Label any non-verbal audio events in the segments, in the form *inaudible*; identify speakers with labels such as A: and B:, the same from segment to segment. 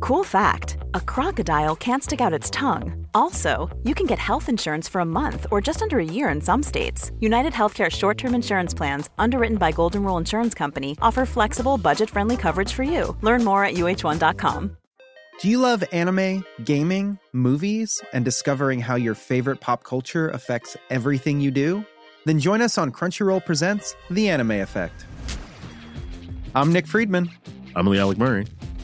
A: Cool fact a crocodile can't stick out its tongue. Also, you can get health insurance for a month or just under a year in some states. United Healthcare short term insurance plans, underwritten by Golden Rule Insurance Company, offer flexible, budget friendly coverage for you. Learn more at uh1.com.
B: Do you love anime, gaming, movies, and discovering how your favorite pop culture affects everything you do? Then join us on Crunchyroll Presents The Anime Effect. I'm Nick Friedman.
C: I'm Lee Alec Murray.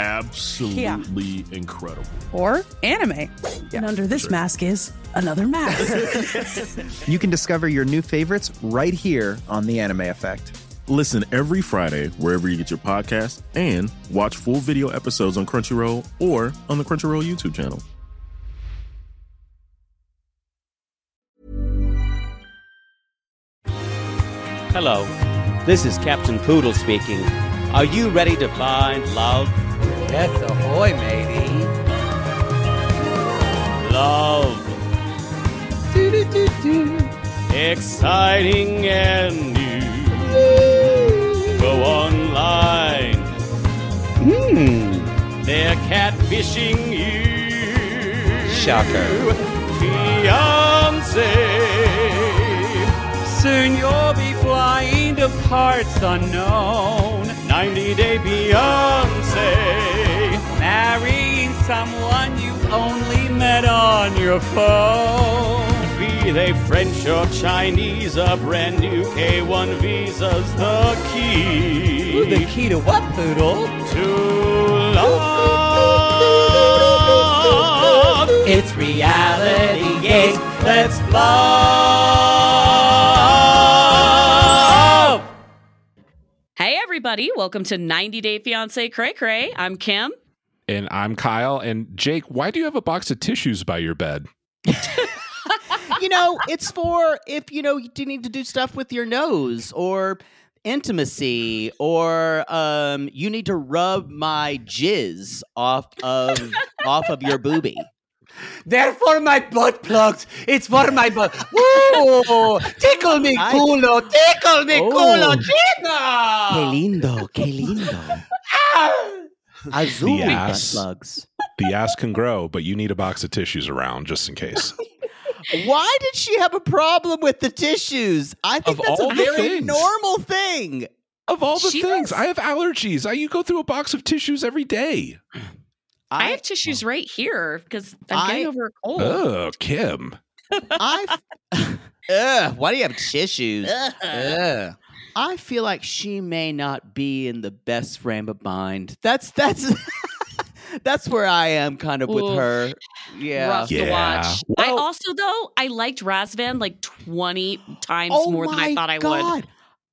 C: absolutely incredible.
D: Or anime.
E: And under this mask is another mask.
B: you can discover your new favorites right here on The Anime Effect.
C: Listen every Friday wherever you get your podcast and watch full video episodes on Crunchyroll or on the Crunchyroll YouTube channel.
F: Hello, this is Captain Poodle speaking. Are you ready to find love?
G: Yes, ahoy, matey.
F: Love. Exciting and new. Go online.
G: Hmm.
F: They're catfishing you.
G: Shocker.
F: Fiance. Soon you'll be flying to parts unknown. 90 Day Beyonce. Marrying someone you only met on your phone. Be they French or Chinese, a brand new K1 visa's the key.
G: Ooh, the key to what, Poodle?
F: to love.
G: It's reality gaze. Let's
F: love.
H: Hey, everybody. Welcome to 90 Day Fiancé Cray Cray. I'm Kim.
I: And I'm Kyle. And Jake, why do you have a box of tissues by your bed?
J: you know, it's for if you know you need to do stuff with your nose or intimacy or um you need to rub my jizz off of off of your booby.
G: They're for my butt plugs. It's for my butt. Ooh, tickle me
J: I-
G: culo, tickle me
J: Oh.
G: culo, tickle.
J: lindo, que lindo.
G: Ah!
J: Azul butt
I: ass.
J: plugs.
I: The ass can grow, but you need a box of tissues around just in case.
J: Why did she have a problem with the tissues? I think
I: Of
J: that's
I: all
J: a
I: the
J: very
I: things.
J: normal thing.
I: Of all the
H: She
I: things,
H: was-
I: I have allergies. I, you go through a box of tissues every day.
H: I, have tissues right here because I'm
J: I-
H: getting over a cold.
I: Oh, Kim.
J: I. f- *laughs* Ugh, why do you have tissues?
H: Ugh.
J: Ugh. I feel like she may not be in the best frame of mind. That's that's *laughs* that's where I am kind of with
H: Oof.
J: her. Yeah.
H: Rough to
I: Yeah.
H: watch. I
I: Well-
H: also, though, I liked Razvan like 20 times
J: Oh
H: more than I thought I would.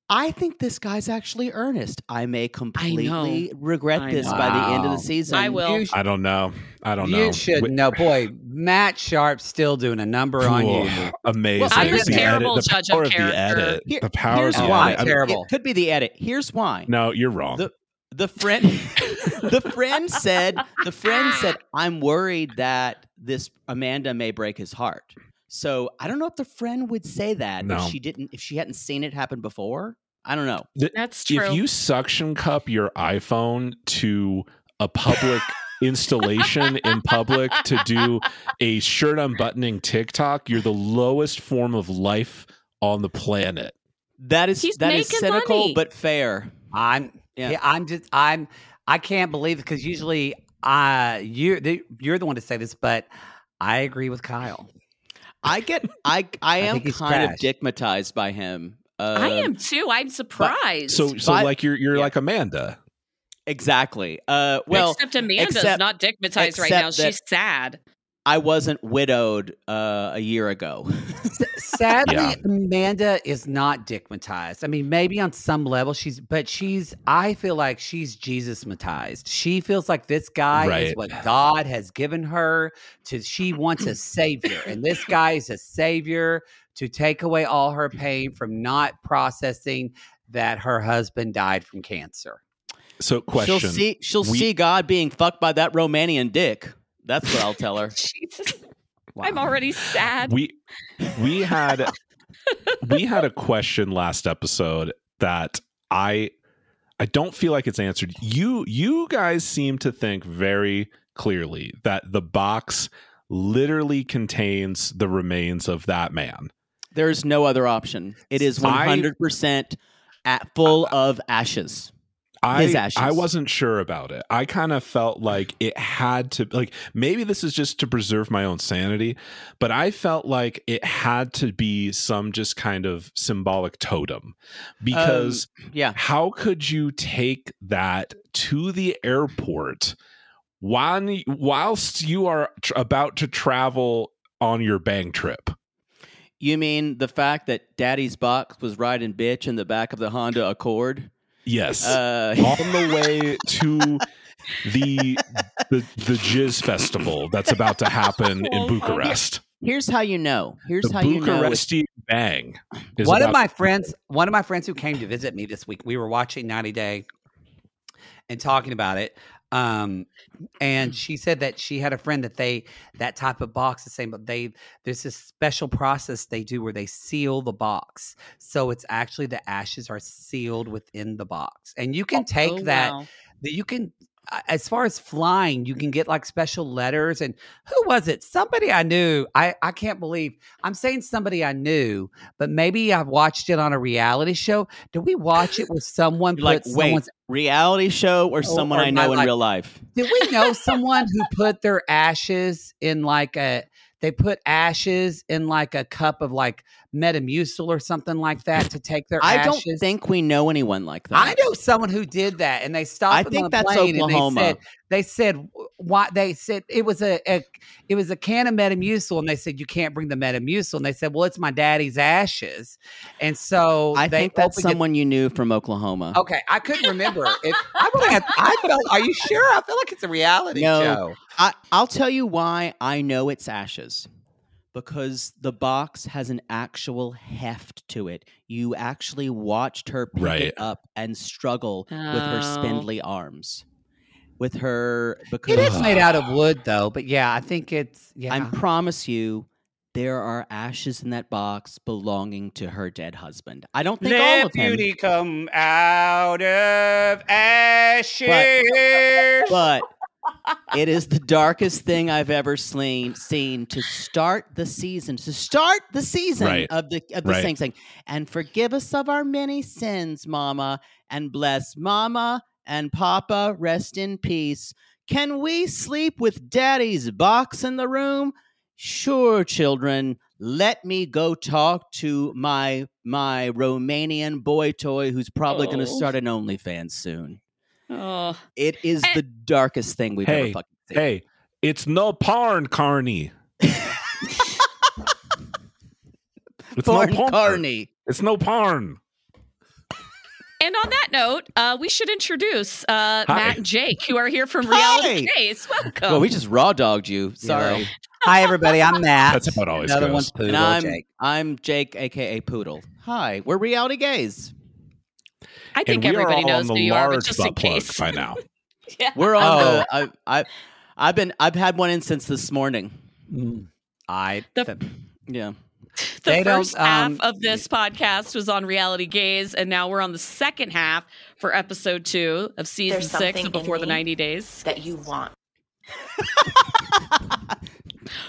J: I think this guy's actually earnest. I may completely
H: I
J: regret this by the end of the
G: know.
J: season.
H: I will.
I: I don't know. I don't know.
G: You should know, boy. Matt Sharp's still doing a number
I: *sighs*
G: on
I: Cool.
G: you.
I: Amazing.
H: Well,
G: I'm a
I: The
H: terrible
I: edit- the
H: judge of
I: power The
H: character.
I: edit.
J: Here-
I: the power
J: here's
I: of the
G: why.
I: edit. I'm-
G: Terrible.
J: It could be the edit. Here's why.
I: no, you're wrong.
J: The- the friend
I: *laughs*
J: the friend said the friend said i'm worried that this amanda may break his heart so i don't know if the friend would say that
I: No.
J: if she didn't if she hadn't seen it happen before i don't know
H: *laughs* That's true.
I: if you suction cup your iPhone to a
J: *laughs*
I: public installation in public to do a shirt unbuttoning TikTok, you're the lowest form of life on the planet.
J: that is
H: He's
J: that is
H: making
J: cynical
H: money.
J: but fair
G: I'm
J: Yeah.
G: yeah. I'm just I'm I can't believe because usually uh you the, you're the one to say this, but I agree with Kyle.
J: i get i
G: *laughs*
J: i am
G: think he's
J: kind
G: trash.
J: of digmatized by him uh,
H: I am too. I'm surprised.
I: So, so
J: But-
I: like you're you're
J: yeah.
I: like Amanda.
J: exactly uh well
H: except Amanda's
J: except-
H: not digmatized right
J: except
H: now.
J: that-
H: She's sad.
J: i wasn't widowed uh a year
G: *laughs*
J: ago
G: Sadly,
I: Yeah.
G: Amanda is not dickmatized. I mean, maybe on some level she's, but she's. I feel like she's Jesus-matized. She feels like this guy is
I: Right.
G: what God has given her to. She wants a savior, and this guy is a savior to take away all her pain from not processing that her husband died from cancer.
I: So question.
J: She'll see she'll see God being fucked by that Romanian dick. That's what I'll tell
G: *laughs*
J: her.
H: I'm already sad.
I: we we had we had a question last episode that i i don't feel like it's answered you you guys seem to think very clearly that the box literally contains the remains of that man
J: There's no other option. It is
I: I-
J: 100% at full
G: Uh,
J: of ashes.
I: I,
J: His ashes.
I: I wasn't sure about it. I kind of felt like it had to like maybe this is just to preserve my own sanity, but I felt like it had to be some just kind of symbolic totem because
J: Um, yeah.
I: how could you take that to the airport while whilst you are tr- about to travel on your bang trip?
J: You mean the fact that Daddy's box was riding bitch in the back of the Honda
G: *laughs*
J: Accord?
I: Yes.
J: Uh, *laughs*
I: on the way to the, the the jizz festival that's about to happen in Bucharest.
J: Here's how you know. Here's
I: the
J: how you know.
I: Bucharesti bang. is
G: one of
I: about-
G: my friends one of my friends who came to visit me this week we were watching 90 day and talking about it um and she said that she had a friend that they that type of box the same but they there's this special process they do where they seal the box so it's actually the ashes are sealed within the box and you can take
H: oh,
G: that
H: wow.
G: that you can uh, as far as flying you can get like special letters and who was it somebody i knew i i can't believe i'm saying somebody i knew but maybe i watched it on a reality show did we watch it with someone
J: You're like,
G: put
J: wait,
G: someone's-
J: reality show or
G: Oh,
J: someone
G: or
J: I
G: my
J: know in
G: life.
J: real life?
G: *laughs* did we know someone who put their ashes in like a they put ashes in like a cup of like metamucil or something like that to take their
J: I
G: ashes
J: don't think we know anyone like that.
G: I know someone who did that, and they stopped.
J: I
G: them
J: think
G: on the
J: that's
G: plane
J: Oklahoma.
G: And they said, they said why? They said it was a, a it was a can of Metamucil, and they said you can't bring the Metamucil, and they said, well, it's my daddy's ashes, and so
J: I
G: they
J: think that's
G: opened it-
J: someone you knew from Oklahoma.
G: Okay, I couldn't remember. It, I really *laughs* had, I felt. Are you sure? I feel like it's a reality show.
J: I, I'll tell you why I know it's ashes. Because the box has an actual heft to it. You actually watched her pick
I: Right.
J: it up and struggle with her
G: Oh.
J: spindly arms. With her because
G: It is made out of wood, though. But yeah, I think it's yeah.
J: I promise you there are ashes in that box belonging to her dead husband. I don't think all of them.
G: come out of ashes. *laughs*
J: but it is the darkest thing I've ever seen. Seen to start the season, to start the season
I: Right.
J: of the of the
I: Right.
J: sing sing, and forgive us of our many sins, Mama, and bless Mama and Papa. Rest in peace. Can we sleep with Daddy's box in the room? Sure, children. Let me go talk to my my Romanian boy toy, who's probably going to
H: Oh.
J: start an OnlyFans soon.
H: Oh,
J: It is the darkest thing we've ever
I: hey,
J: fucking seen.
I: hey, it's no porn,
J: *laughs*
I: Carney. it's
J: Porn
I: no porn.
J: Carney.
I: It's no porn.
H: And on that note, uh, we should introduce uh, Matt and Jake, who are here from
J: Hi.
H: Reality Chase. Welcome.
J: Well, we just raw dogged you. Sorry.
G: know. Hi, everybody. I'm Matt.
I: That's how it always
G: Another
I: goes.
G: one's Poodle
J: And I'm
G: Jake.
J: I'm Jake, aka Poodle. Hi, we're reality gays.
H: I think
I: and we
H: everybody
I: are all
H: knows
I: on
H: who
I: the
H: you are, but
I: large
H: just in
I: butt plug
H: case.
I: by now.
H: yeah.
J: We're on
G: Oh.
J: the. I, I I've been I've had one instance this morning. Mm.
G: I
H: The-
G: the-
J: Yeah.
H: *laughs* The
G: They don't,
H: first half
G: um,
H: of this podcast was on Reality Gaze, and now we're on the second half for episode two of season
K: There's
H: six
K: something
H: of Before
K: in
H: the
K: me
H: 90 Days.
K: that you want.
H: *laughs*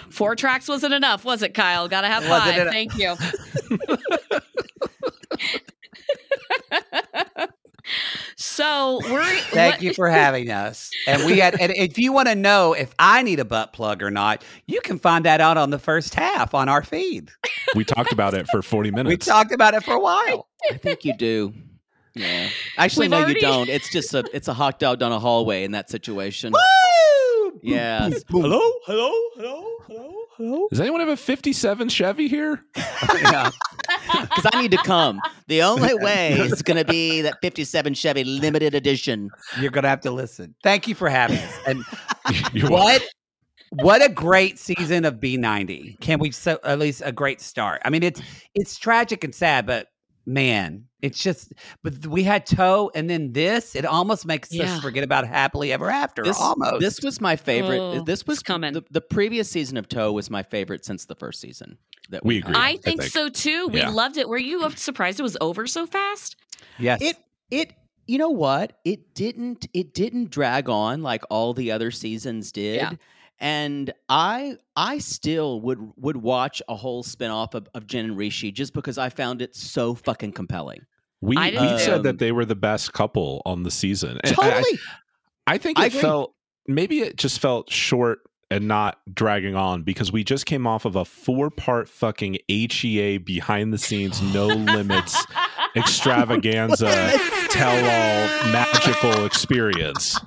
H: Four tracks wasn't enough, was it, Kyle? Gotta have
G: Wasn't
H: five.
G: it-
H: Thank you. *laughs* so we're.
G: Thank you
J: *laughs*
G: for having us. And we had, and if you want to know if I need a butt plug or not, you can find that out on the first half on our feed.
I: We talked about it
H: *laughs*
I: for 40 minutes.
G: We talked about it for a while.
J: I think you do. Yeah. Actually,
H: We've
J: no,
H: already-
J: you don't. It's just a it's a hot dog down a hallway in
H: *laughs*
J: that situation.
G: Woo!
J: Yes.
I: Hello?
J: hello, hello, hello, hello.
I: Does anyone have a 57 Chevy here? *laughs*
G: Yeah.
J: Because I need to come. The only way is going to be that 57 Chevy limited edition.
G: You're going to have to listen. Thank you for having us. And
I: You're welcome.
G: what what a great season of B90. Can we so at least a great start? I mean, it's it's tragic and sad, but man, it's just. But we had Toe, and then this. It almost makes
J: Yeah.
G: us forget about happily ever after.
J: This,
G: almost.
J: this was my favorite.
H: Oh,
J: this was coming. The, the previous season of Toe was my favorite since the first season. That we, had.
H: I think so too. We
J: Yeah.
H: loved it. Were you surprised it was over so fast?
G: Yes.
J: It it you know what? It didn't it didn't drag on like all the other seasons did.
H: Yeah.
J: And I I still would would watch a whole spinoff of, of Jen and Rishi just because I found it so fucking compelling.
I: We,
J: I
I: we
J: didn't
I: said
J: know.
I: that they were the best couple on the season. And *laughs* I-
J: Totally.
I: I, think it
J: I agree.
I: felt maybe it just felt short and not dragging on because we just came off of a four part fucking HEA behind the scenes,
H: *laughs*
I: no limits extravaganza tell all magical experience.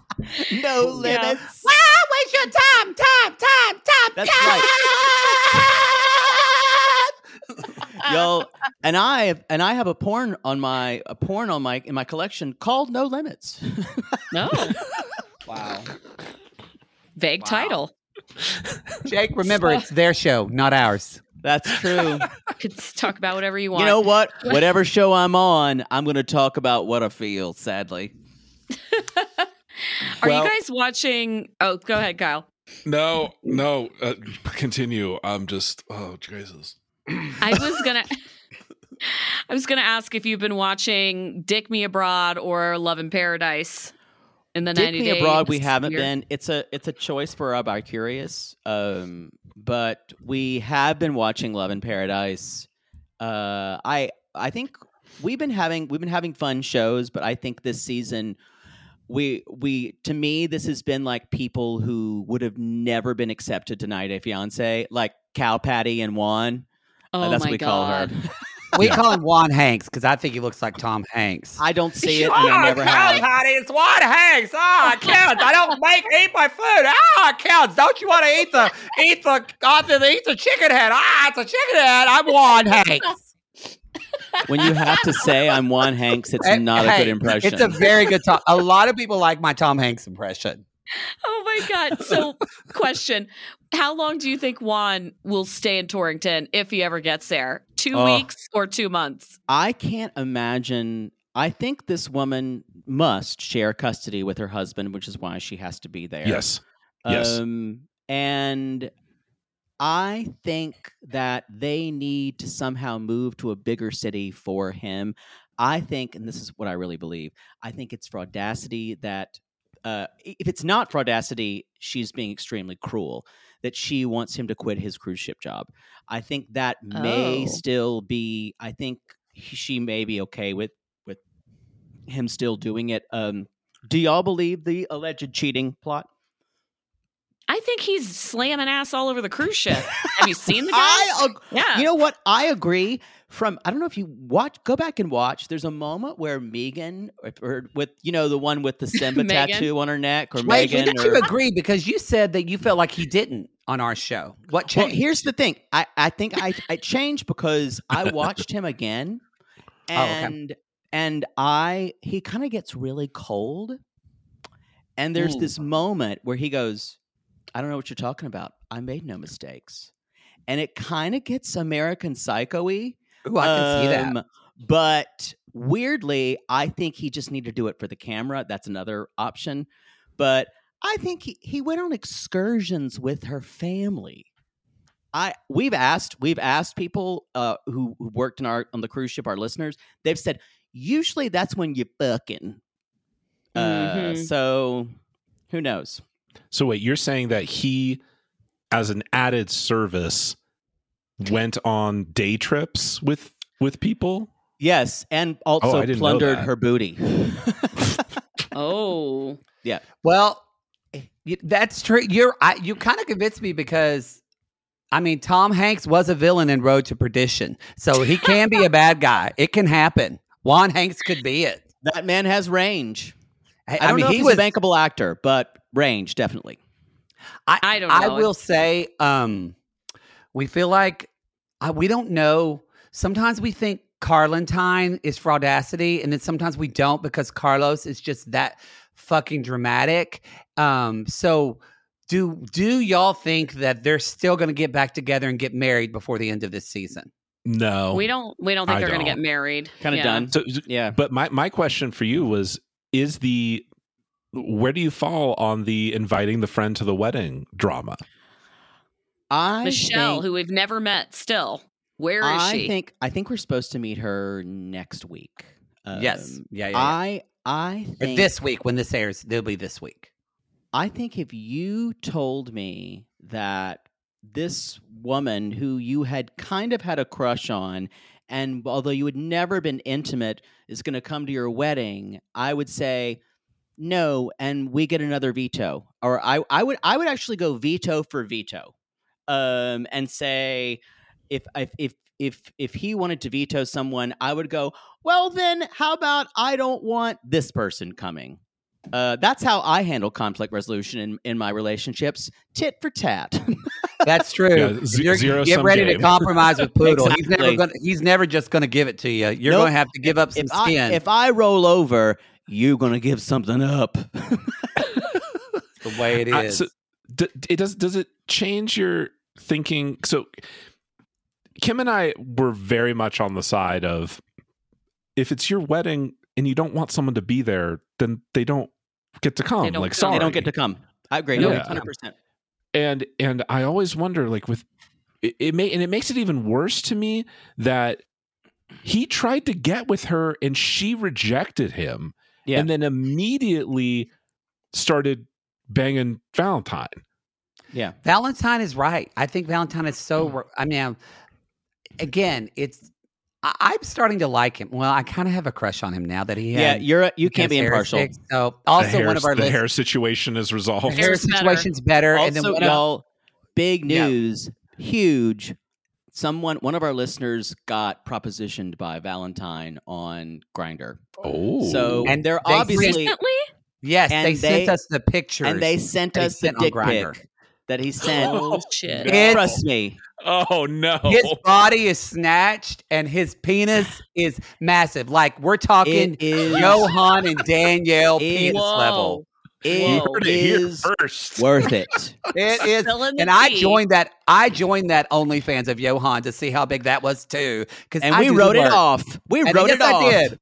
J: No limits.
G: Wow, waste your time, time, time, time,
J: That's
G: time.
J: Yo, and I have and I have a porn on my a porn on my in my collection called No Limits.
H: No.
J: wow.
H: Vague title.
G: Jake, remember it's their show, not ours.
J: That's true.
H: Could s- talk about whatever you want.
J: You know what? Whatever show I'm on, I'm going to talk about what I feel, sadly.
H: Are
I: Well-
H: you guys watching? Oh, go ahead, Kyle.
I: No, no, uh, *laughs* continue. I'm just, oh, Jesus.
H: I was
J: *laughs*
H: gonna. I was gonna ask if you've been watching Dick Me Abroad or Love in Paradise in the
J: Dick
H: 90
J: Me
H: Day
J: Abroad, we
H: sphere.
J: haven't been. It's a it's a choice for our bicurious. Um, but we have been watching Love in Paradise. Uh, I I think we've been having we've been having fun shows, but I think this season we we to me this has been like people who would have never been accepted to 90 Day Fiance, like Cow Patty and Juan. Uh,
H: Oh
J: that's
H: my
J: what we
H: god!
J: call her.
G: We call him Juan Hanks because I think he looks like Tom Hanks.
J: I don't see it, and I never have.
G: it's Juan Hanks. *laughs* Ah, counts. I don't make eat my food. Ah, counts. Don't you want to eat the eat the Arthur, eat the chicken head? Ah, it's a chicken head. I'm Juan Hanks.
J: when you have to say I'm Juan Hanks, it's not a
G: *laughs*
J: good
G: Hey,
J: impression.
G: It's a very good Tom. A lot of people like my Tom Hanks impression.
H: Oh my god!
J: *laughs*
H: So, question: How long do you think Juan will stay in Torrington if he ever gets there? Two
J: Oh.
H: weeks or two months?
J: I can't imagine. I think this woman must share custody with her husband, which is why she has to be there.
I: Yes. Yes.
J: Um, and I think that they need to somehow move to a bigger city for him. I think, and this is what I really believe, I think it's fraudacity that, uh, i- if it's not fraudacity, she's being extremely cruel, that she wants him to quit his cruise ship job. I think that may
H: Oh.
J: still be, I think he- she may be okay with, with him still doing it. Um, do y'all believe the alleged cheating plot?
H: I think he's slamming ass all over the cruise ship. Have you seen the guy?
J: *laughs* I ag-
H: yeah.
J: You know what? I agree. From I don't know if you watch, go back and watch. There's a moment where Megan, or, or with you know the one with
H: *laughs*
J: the Simba
G: Megan?
J: tattoo on her neck, or
G: Wait,
J: Megan.
G: did you
J: or-
G: agree? Because you said that you felt like he didn't on our show. What
J: *laughs* Well,
G: changed?
J: here's the thing. I I think I I changed because I watched him *laughs* again,
G: Oh, okay.
J: and and I he kind of gets really cold, and there's
G: Mm.
J: this moment where he goes, "I don't know what you're talking about. I made no mistakes," and it kind of gets American Psycho-y.
G: Ooh, I can see that.
J: um, But weirdly, I think he just needed to do it for the camera. That's another option. But I think he, he went on excursions with her family. I we've asked we've asked people uh, who, who worked in our on the cruise ship, our listeners. They've said usually that's when you fucking. Uh,
G: Mm-hmm.
I: Mhm.
J: so who knows?
I: So wait, you're saying that he, as an added service, went on day trips with with people?
J: Yes, and also
I: Oh, I didn't know
J: plundered
I: that.
J: her booty.
H: oh,
J: yeah.
G: Well, y- that's true. You're I, you kind of convinced me because I mean Tom Hanks was a villain in Road to Perdition, so he can be a bad guy. It can happen. Juan Hanks could be it.
J: That man has range.
G: I,
J: I, don't
G: mean,
J: know if
G: he
J: he's
G: was.
J: a bankable actor, but range definitely.
G: I,
H: I don't
G: I
H: know.
G: will say, um, we feel like I, we don't know. Sometimes we think Carlentine is fraudacity, and then sometimes we don't because Carlos is just that fucking dramatic. Um, so Do do y'all think that they're still going to get back together and get married before the end of this season?
I: No.
H: we don't. We don't think
I: I
H: they're going to
I: don't.
H: get married.
J: Kinda
H: Yeah.
J: done.
I: So,
J: yeah.
I: But my, my question for you was is the where do you fall on the inviting the friend to the wedding drama?
J: I
H: Michelle,
J: think-
H: who we've never met, still. Where is
J: I
H: she?
J: think I think we're supposed to meet her next week.
G: Yes.
J: Um,
G: Yeah, yeah, yeah.
J: I I
G: Or
J: think
G: this week when this airs, they'll be this week.
J: I think if you told me that this woman who you had kind of had a crush on and although you had never been intimate is going to come to your wedding, I would say no and we get another veto. Or I I would I would actually go veto for veto. Um and say if if if if if he wanted to veto someone, I would go, "Well then, how about I don't want this person coming?" Uh, that's how I handle conflict resolution in, in my relationships, tit for tat.
G: That's true.
I: Yeah,
G: If
I: ze-
G: you're-
I: zero
G: get
I: sum
G: ready
I: game.
G: to compromise
J: *laughs*
G: with Poodle. He's never
J: Exactly.
G: gonna, he's never just going to give it to you. You're
J: Nope.
G: going to have to *laughs* give up some
J: if I,
G: skin.
J: if I roll over, you're gonna give something up. *laughs*
G: the way it
I: I-
G: is.
I: so d- it does does it change your thinking? So Kim and I were very much on the side of if it's your wedding and you don't want someone to be there, then they don't get to come.
H: don't
I: Like
H: come.
I: sorry,
J: They don't get to come. I agree.
I: Yeah.
J: No, hundred percent.
I: and and I always wonder like with it, it may and it makes it even worse to me that he tried to get with her and she rejected him
J: Yeah.
I: and then immediately started banging Valentine.
J: Yeah.
G: Valentine is right. I think Valentine is so.
J: Mm.
G: wor- I mean, I'm- again, it's. I, I'm starting to like him. Well, I kind of have a crush on him now that he.
J: Yeah,
G: had-
J: you're a- you can't
G: because
J: be
G: hair
J: impartial.
G: sticks. So also
I: The hair-
G: one of our
I: the
G: list,
I: hair situation is resolved.
G: hair
H: Hair's better.
G: situation's better. and then
J: Also,
G: one of-
J: y'all, big
G: Yeah.
J: news, huge. Someone, one of our listeners, got propositioned by Valentine on Grinder.
I: Oh,
J: So
G: And
J: and they're
G: they
J: obviously
H: Recently,
G: yes,
J: and
G: they, sent
J: they-
G: us the pictures
J: and they sent
G: that he
J: us
G: sent
J: the
G: on
J: dick
G: Grindr.
J: pic that he sent.
H: *laughs* oh shit!
I: no.
G: It's-
J: Trust me,
I: oh no.
G: His body is snatched and his
J: *sighs*
G: penis is massive. Like we're talking
J: it is
G: Johan and Danielle
J: It-
G: penis
H: Whoa.
G: level.
J: it
I: You heard it here
J: is
I: first.
J: worth *laughs* it.
G: It is
H: Spilling the
G: and I
H: tea.
G: joined that. I joined that OnlyFans of Johan to see how big that was too. Because
J: And we wrote it off. We
G: And
J: wrote
G: yes,
J: it off.
G: I did.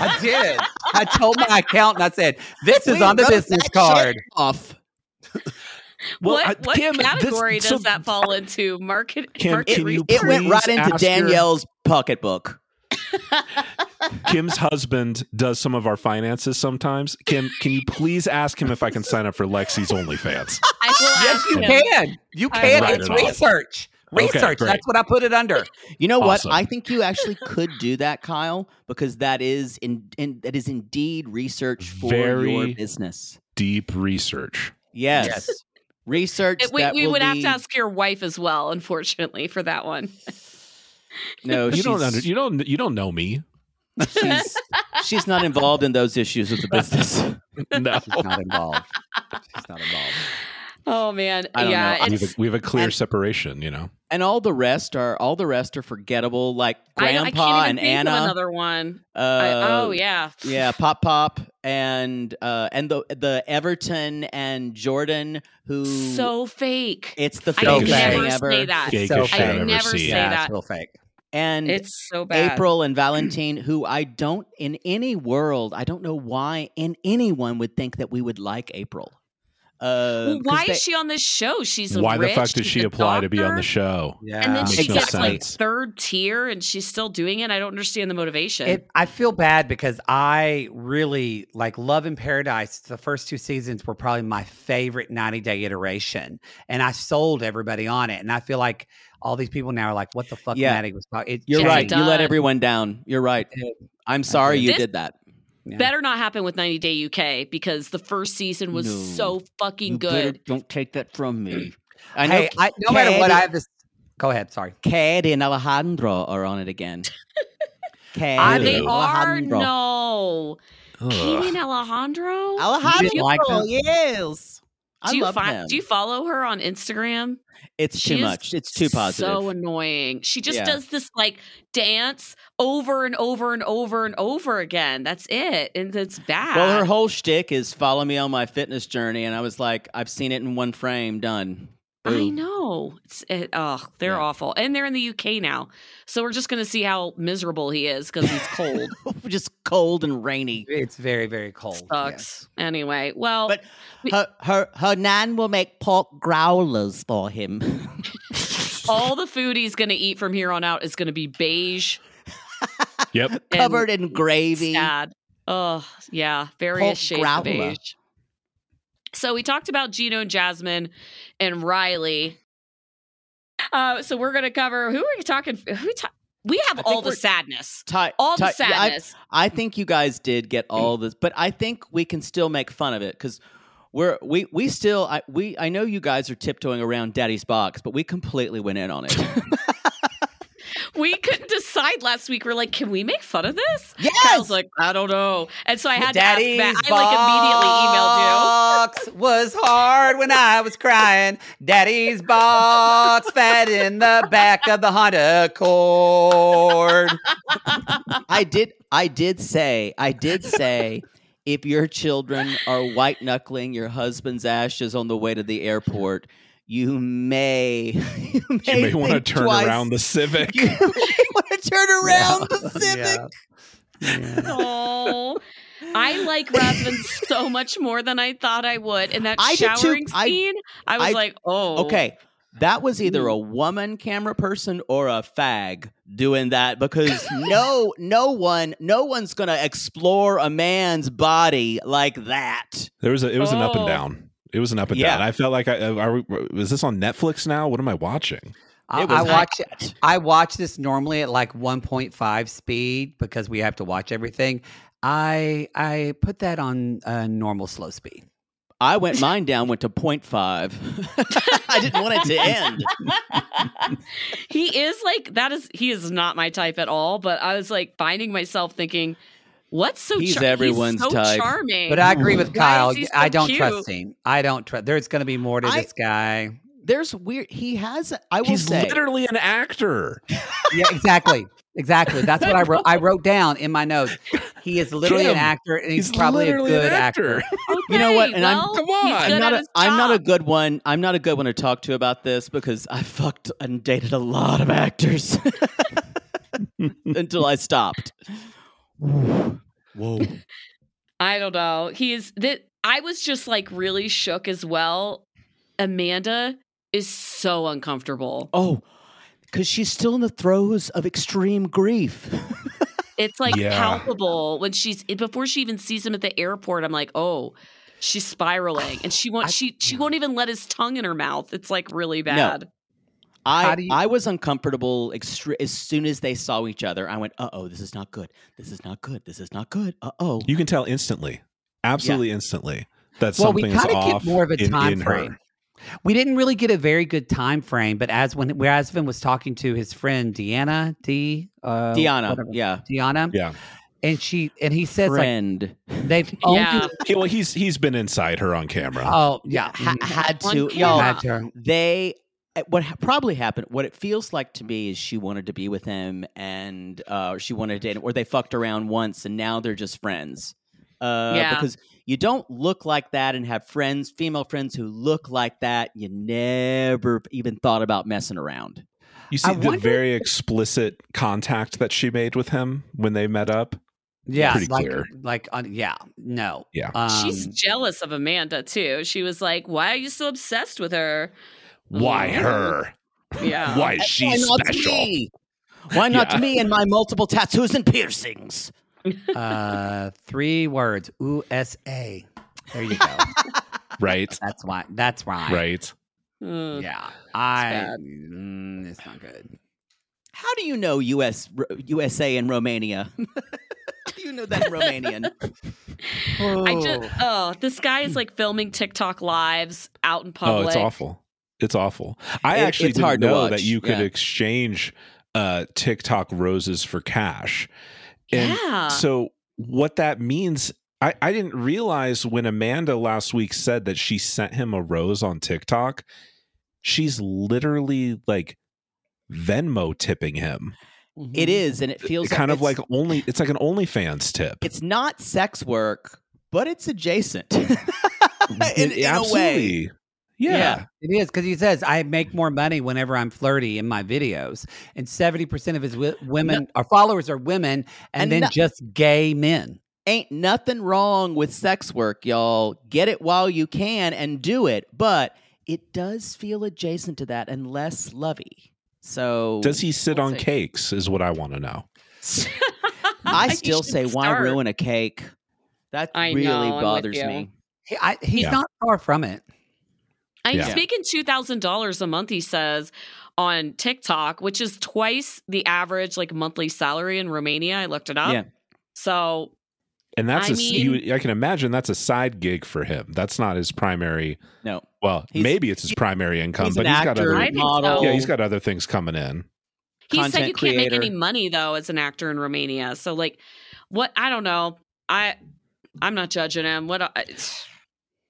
G: I did. I told my accountant. I said, "This is
J: We
G: on the
J: wrote
G: business
J: that
G: card."
J: shit off.
H: what
I: I-
H: what
I: Kim, this-
H: category
I: so-
H: does that *laughs* fall into? Market.
I: Kim,
H: market
I: can you
H: research?
J: It went
I: Please
J: right into
I: ask your-
J: Danielle's pocketbook.
I: Kim's husband does some of our finances sometimes. Kim, can you please ask him if I can sign up for Lexi's OnlyFans?
H: I will
G: Yes,
H: ask
G: you
H: him.
G: can. You
H: I
G: can.
I: wrote
G: It's
I: it off.
G: research.
I: Okay,
G: Research.
I: great.
G: That's what I put it under.
J: You know
I: Awesome.
J: what? I think you actually could do that, Kyle, because that is in, in that is indeed research for
I: Very-
J: your business.
I: Deep research.
J: Yes.
G: Yes.
J: Research.
H: It- we
J: that
H: we
J: will
H: would have
J: be-
H: to ask your wife as well, unfortunately, for that one.
J: No,
I: You
J: she's,
I: don't under, you don't you don't know me.
J: she's, she's not involved in those issues with the
I: *laughs*
J: business.
I: No.
J: She's not involved. She's not involved.
H: Oh man,
J: I don't know.
H: yeah,
I: We
H: it's.
I: have, a, we have a clear
J: and-
I: separation, you know.
J: And all the rest are all the rest are forgettable, like
H: I don't- I
J: Grandpa
H: can't even
J: and
H: think of
J: Anna.
H: another one.
J: uh,
H: I, oh yeah,
J: Yeah, Pop Pop and uh and the the Everton and Jordan who
H: so fake.
J: it's the
H: I
I: So
J: fakest
H: could
I: fake.
J: thing
H: never
J: ever.
H: say that.
I: Fake
G: so
I: as shit
G: bad.
I: I've
G: I
I: ever
H: never
I: seen.
H: say
G: yeah,
H: that.
G: it's real fake.
J: And
H: It's so bad.
J: April
H: *clears throat*
J: and Valentine, who I don't in any world, I don't know why in anyone would think that we would like April. Uh,
H: Well, why
J: 'cause
H: is she on this show? She's
I: Why
H: rich,
I: the fuck did
H: she's
I: she
H: a
I: apply to be on
H: doctor,
I: the show?
G: Yeah.
H: And then
I: Makes
H: she
I: no
H: gets like
I: sense.
H: third tier, and she's still doing it. I don't understand the motivation.
G: It, I feel bad because I really like Love in Paradise. The first two seasons were probably my favorite 90 day iteration, and I sold everybody on it. And I feel like all these people now are like, "What the fuck,
J: Yeah.
G: Maddie was talking." It-
J: You're
H: It's
J: right. You let
H: done.
J: everyone down. You're right. I'm sorry you
H: This-
J: did that.
G: Yeah.
H: Better not happen with 90 Day UK because the first season was
J: No.
H: so fucking
J: You better
H: good.
J: don't take that from me. I know
G: Hey,
J: K-
G: I, no matter what,
J: Katie-
G: I have this. Go ahead. Sorry.
J: Cad and Alejandro are on it *laughs* again. Cad
H: Ah,
I: Ew.
J: and
H: they are
J: Alejandro.
H: no. Katie and Alejandro.
J: Alejandro,
H: You
J: yes. I
H: do you
J: love
H: fi-
J: him.
H: do you follow her on Instagram?
J: It's
H: She
J: too
H: is
J: much. It's too positive.
H: So annoying. She just
J: Yeah.
H: does this like dance over and over and over and over again. That's it, and it's bad.
J: well, her whole shtick is follow me on my fitness journey, and I was like, I've seen it in one frame. Done.
H: I
J: Boo.
H: know. It's it, oh, they're awful, and they're in the UK now, so we're just gonna see how miserable he is because he's
J: *laughs*
H: cold.
J: just cold and rainy.
G: It's very very cold.
H: Sucks. Anyway, well,
J: Oh, but her her her nan will make pork growlers for him.
H: *laughs*
J: *laughs*
H: all the food he's gonna eat from here on out is gonna be beige,
I: Yep.
H: and
J: Covered in gravy.
H: Sad. Oh yeah,
J: Pork
H: various shades
J: growler.
H: of beige. So we talked about Gino, Jasmine, and Riley. Uh, so we're gonna cover who are we talking? Who ta- we have all the
J: we're-
H: sadness,
J: Ti-
H: all the
J: ti- yeah, I-
H: sadness.
J: I, think you guys did
I: Mm.
J: get all this, but I think we can still make fun of it because we're we we still I we I know you guys are tiptoeing around Daddy's box, but we completely went in
I: *laughs*
J: on it. *laughs*
H: we couldn't decide last week. We're like, can we make fun of this? Yeah. I was like, I don't know. And so I had
G: Daddy's
H: to ask back. I like
G: box was hard when I was crying. Daddy's box fed in the back of the Honda Accord.
J: I did I did say I did say if your children are white knuckling your husband's ashes on the way to the airport, you may *laughs* you may,
I: You may want to
J: think
I: turn
J: twice.
I: around the
J: *laughs*
I: Civic.
J: want to turn around the Civic.
H: immediately emailed you. Oh. I like
J: *laughs*
H: Rasmus so much more than I thought I would. And that
J: I did too.
H: showering
J: I-
H: scene, I, was like, oh.
J: Okay. That was either a woman camera person or a fag doing that because no no one no one's going to explore a man's body like that.
I: There was a, it was an up and
J: Oh.
I: down. It was an up and
J: Yeah.
I: down. I felt like I, I are we, is this on Netflix now? What am I watching?
G: I,
J: It was
G: I watch I watch this normally at like 1.5 speed because we have to watch everything. I I put that on uh, normal slow speed.
J: I went mine down went to 0.5. *laughs* I didn't want it to end.
H: He is like, that is, he is not my type at all. But I was like finding myself thinking, what's so
J: He's
H: char-
J: everyone's
H: so
J: type.
H: charming.
G: But I agree with
H: Why
G: Kyle.
H: is he so
G: I don't
H: cute?
G: trust him. I don't trust. There's going to be more to
J: I-
G: this guy.
J: There's weird he has I will
I: He's
J: say
I: literally an actor.
G: Yeah, exactly. Exactly. That's what I wrote. I wrote down in my notes. He is literally
I: Kim,
G: an actor, and he's,
I: he's
G: probably a
I: literally an
G: good
I: actor.
G: actor. *laughs*
J: You know what? And I'm-
H: well,
I: Come
H: he's
I: on.
H: good
J: I'm
H: at
J: not, a,
H: his
J: I'm not a
H: job.
J: good one. I'm not a good one to talk to about this because I fucked and dated a lot of actors *laughs* until I stopped. *sighs* Whoa.
H: I don't know. He's that. I was just like really shook as well. Amanda is so uncomfortable.
J: Oh, because she's still in the throes of extreme grief.
H: It's like
I: Yeah.
H: palpable when she's eh, before she even sees him at the airport. I'm like, oh, she's spiraling, and she won't. she she won't even let his tongue in her mouth. It's like really bad.
J: I,
G: do you-
J: I was uncomfortable extre- as soon as they saw each other. I went, uh oh, this is not good. This is not good. This is not good. Uh oh.
I: You can tell instantly, absolutely instantly that
G: Well, we
I: something's
G: kind of
I: off
G: get more of a
I: in,
G: time
I: in
G: frame.
I: her.
G: We didn't really get a very good time frame, but as when Rasvin was talking to his friend Deanna, D, uh,
J: Deanna.
G: whatever,
J: Yeah.
G: Deanna,
I: Yeah.
G: and she and he says
J: Friend.
G: like they've
I: Oh
G: only
H: Yeah.
I: He- well, he's he's been inside her on camera.
G: oh yeah
J: ha- had
H: On
J: to.
H: camera.
J: Y'all,
H: Had
G: to.
J: they uh, what ha- probably happened what it feels like to me is she wanted to be with him and uh she wanted to date him or they fucked around once and now they're just friends uh
H: Yeah.
J: because you don't look like that and have friends female friends who look like that you never even thought about messing around
I: You see
G: I
I: the
G: wonder-
I: very explicit contact that she made with him when they met up.
G: yeah
I: Pretty
G: like
I: clear.
G: like on yeah no
I: Yeah.
H: She's *laughs*
G: Um,
H: jealous of Amanda too. She was like, "Why are you so obsessed with her?"
I: Why
G: Mm-hmm.
I: her?
H: Yeah.
I: Eh, Why is she special?
J: me why not
I: Yeah.
J: me and my multiple tattoos and piercings
G: uh, three words USA. There you go.
I: Right.
G: that's why. That's why. *laughs*
I: Right.
H: Ugh.
G: Yeah. I.
H: bad.
G: Mm, it's not good.
J: how do you know us Ro- usa and romania *laughs* How do you know that in romanian
H: I just oh, this guy is like filming TikTok lives out in public.
I: Oh, it's awful. It's awful. I
J: It-
I: actually
J: it's
I: didn't
J: hard to
I: know
J: watch,
I: that you could
J: yeah.
I: exchange uh, TikTok roses for cash. And
J: Uh.
H: Yeah.
I: so what that means I, I didn't realize when Amanda last week said that she sent him a rose on TikTok, she's literally like Venmo tipping him. Oh.
J: It is, and it feels
I: kind
J: like
I: of like only it's like an OnlyFans tip.
J: it's not sex work, but it's adjacent. *laughs* in, in a way.
I: Absolutely. Yeah.
G: It is because he says, I make more money whenever I'm flirty in my videos. And 70% of his wi- women, our followers are women, and,
J: And
G: then
J: no-
G: just gay men.
J: Ain't nothing wrong with sex work, y'all. Get it while you can and do it, but it does feel adjacent to that and less lovey. So
G: *laughs*
I: Does he sit
J: We'll
I: on
J: see.
I: cakes? Is what I want to know.
J: I
H: *laughs*
G: You
J: still
G: should
J: say why
G: start.
J: ruin a cake? That
H: I
J: really
H: know, I'm with
J: bothers
H: you.
J: me.
G: He- I, he's
I: Yeah.
G: not far from it.
H: And
I: Yeah.
H: he's making two thousand dollars a month. He says on TikTok, which is twice the average like monthly salary in Romania. I looked it up.
J: Yeah.
H: So
I: And that's
H: I
I: a s- you, I can imagine that's a side gig for him. That's not his primary.
J: No.
I: Well,
J: He's-
I: maybe it's his primary income,
J: he's
I: but
J: an
I: he's got
J: actor,
I: other.
H: I think
J: model.
H: so.
I: Yeah, he's got other things coming in.
H: he said
J: Content
H: you can't make any
J: creator.
H: money though as an actor in Romania. So like, what? I don't know. I I'm not judging him. What? I, *sighs*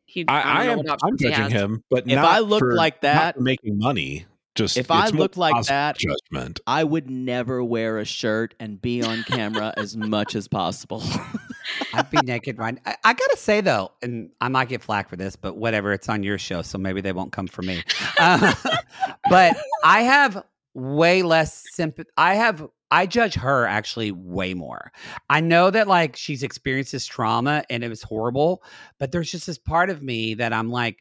H: he,
I: I,
H: I,
I: I
H: don't
I: am.
H: know what
I: I'm
H: options he
I: judging
H: has.
I: him, but
J: If
I: not
J: I looked
I: for-
J: like
I: not
J: that-
I: for making money. Just
J: If I
I: it's more
J: looked like
I: positive
J: that-
I: judgment.
J: I would never wear a shirt and be on camera as much as possible. *laughs*
G: I'd be naked right I, I gotta say though, and I might get flack for this, but whatever, it's on your show, so maybe they won't come for me. Uh, *laughs* but I have way less sympathy. I have I judge her actually way more. I know that like she's experienced this trauma and it was horrible, but there's just this part of me that I'm like,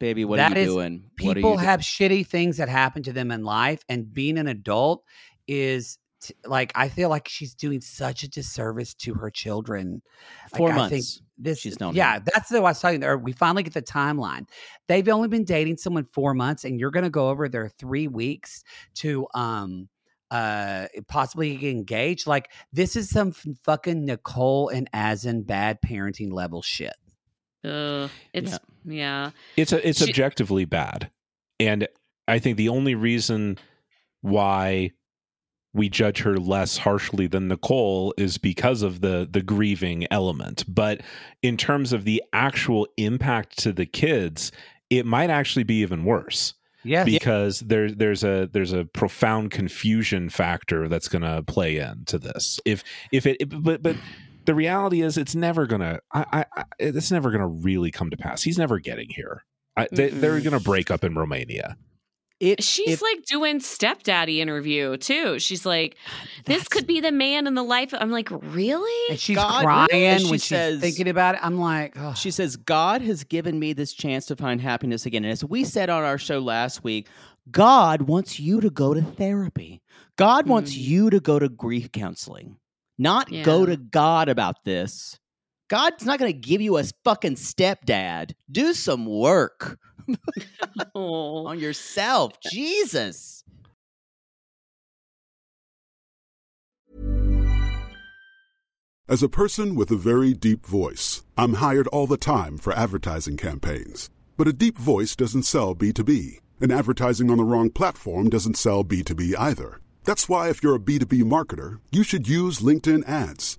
J: Baby, what
G: That
J: are you
G: is-
J: doing? What are you
G: people
J: do-
G: have shitty things that happen to them in life and being an adult is t- like i feel like she's doing such a disservice to her children Like,
J: four
G: I
J: months.
G: think this
J: she's known him.
G: yeah that's the i was talking or we finally get the timeline they've only been dating someone four months and you're gonna go over their three weeks to um uh possibly get engaged like this is some f- fucking nicole and asin bad parenting level shit
H: Ugh, it's yeah.
I: It's a, it's
H: She-
I: objectively bad, and I think the only reason why we judge her less harshly than Nicole is because of the the grieving element. But in terms of the actual impact to the kids, it might actually be even worse
G: yeah
I: because there there's a there's a profound confusion factor that's going to play into this. If if it, it- but but the reality is it's never gonna I, I, I it's never gonna really come to pass. He's never getting here. I, they, They're
H: Mm-mm.
I: gonna break up in Romania.
J: It,
H: She's
J: if-
H: like doing stepdaddy interview too. She's like, this could be the man in the life. I'm like, really?
G: and she's
J: God,
G: crying
J: really? And
G: when
J: she
G: she's
J: says-
G: thinking about it i'm like oh.
J: She says, God has given me this chance to find happiness again. And as we said on our show last week, God wants you to go to therapy. God wants
H: Mm.
J: you to go to grief counseling, not go
H: Yeah.
J: to God about this. God's not going to give you a fucking stepdad. Do some work
H: Oh.
J: on yourself. Jesus.
K: As a person with a very deep voice, I'm hired all the time for advertising campaigns. But a deep voice doesn't sell B2B, and advertising on the wrong platform doesn't sell B2B either. That's why, if you're a B2B marketer, you should use LinkedIn ads.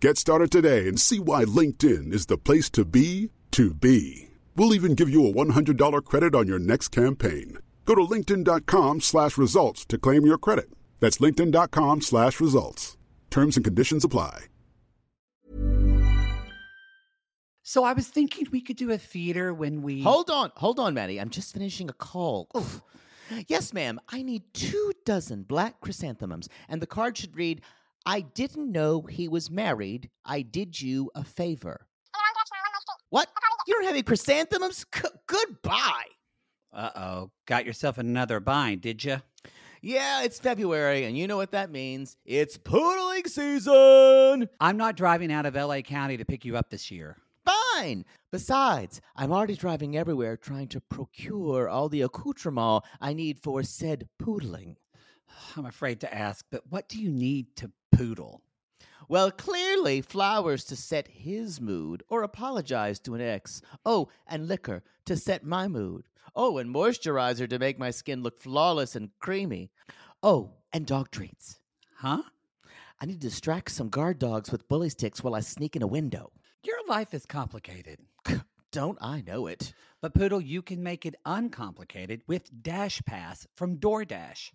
K: Get started today and see why LinkedIn is the place to be to be. We'll even give you a $100 credit on your next campaign. Go to linkedin.com slash results to claim your credit. That's linkedin.com slash results. Terms and conditions apply.
G: So I was thinking we could do a theater when we
J: Hold on. Hold on, Maddie. I'm just finishing a call. Oof. Yes, ma'am. I need two dozen black chrysanthemums. And the card should read, I didn't know he was married. I did you a favor. What? You don't have any chrysanthemums? C- goodbye.
G: Uh oh, got yourself in another bind, did you?
J: Yeah, it's February, and you know what that means. It's poodling season.
G: I'm not driving out of L.A. County to pick you up this year. *sighs*
J: fine. Besides, I'm already driving everywhere trying to procure all the accoutrement I need for said poodling.
G: I'm afraid to ask, but what do you need to poodle?
J: Well, clearly, flowers to set his mood or apologize to an ex. Oh, and liquor to set my mood. Oh, and moisturizer to make my skin look flawless and creamy. Oh, and dog treats.
G: Huh?
J: I need to distract some guard dogs with bully sticks while I sneak in a window.
G: Your life is complicated.
J: Don't I know it?
G: But Poodle, you can make it uncomplicated with Dash Pass from DoorDash.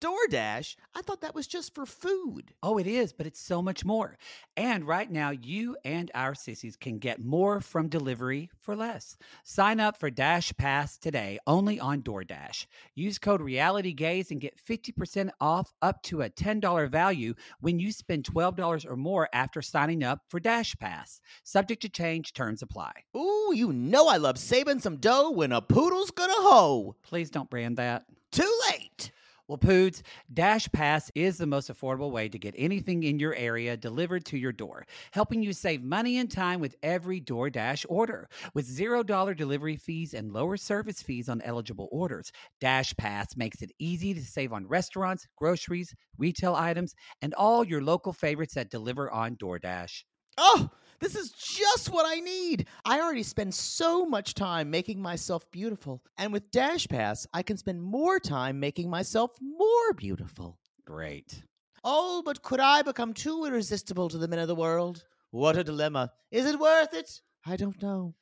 J: DoorDash? I thought that was just for food.
G: Oh, it is, but it's so much more. And right now, you and our sissies can get more from delivery for less. Sign up for Dash Pass today, only on DoorDash. Use code RealityGaze and get 50% off up to a $10 value when you spend $12 or more after signing up for Dash Pass. Subject to change, terms apply.
J: Ooh, you know I love saving some dough when a poodle's gonna hoe.
G: Please don't brand that.
J: Too late.
G: Well, Poods, Dash Pass is the most affordable way to get anything in your area delivered to your door, helping you save money and time with every DoorDash order. With $0 delivery fees and lower service fees on eligible orders, Dash Pass makes it easy to save on restaurants, groceries, retail items, and all your local favorites that deliver on DoorDash.
J: Oh, this is just what I need. I already spend so much time making myself beautiful. And with Dash Pass, I can spend more time making myself more beautiful.
G: Great.
J: Oh, but could I become too irresistible to the men of the world? What a dilemma. Is it worth it? I don't know.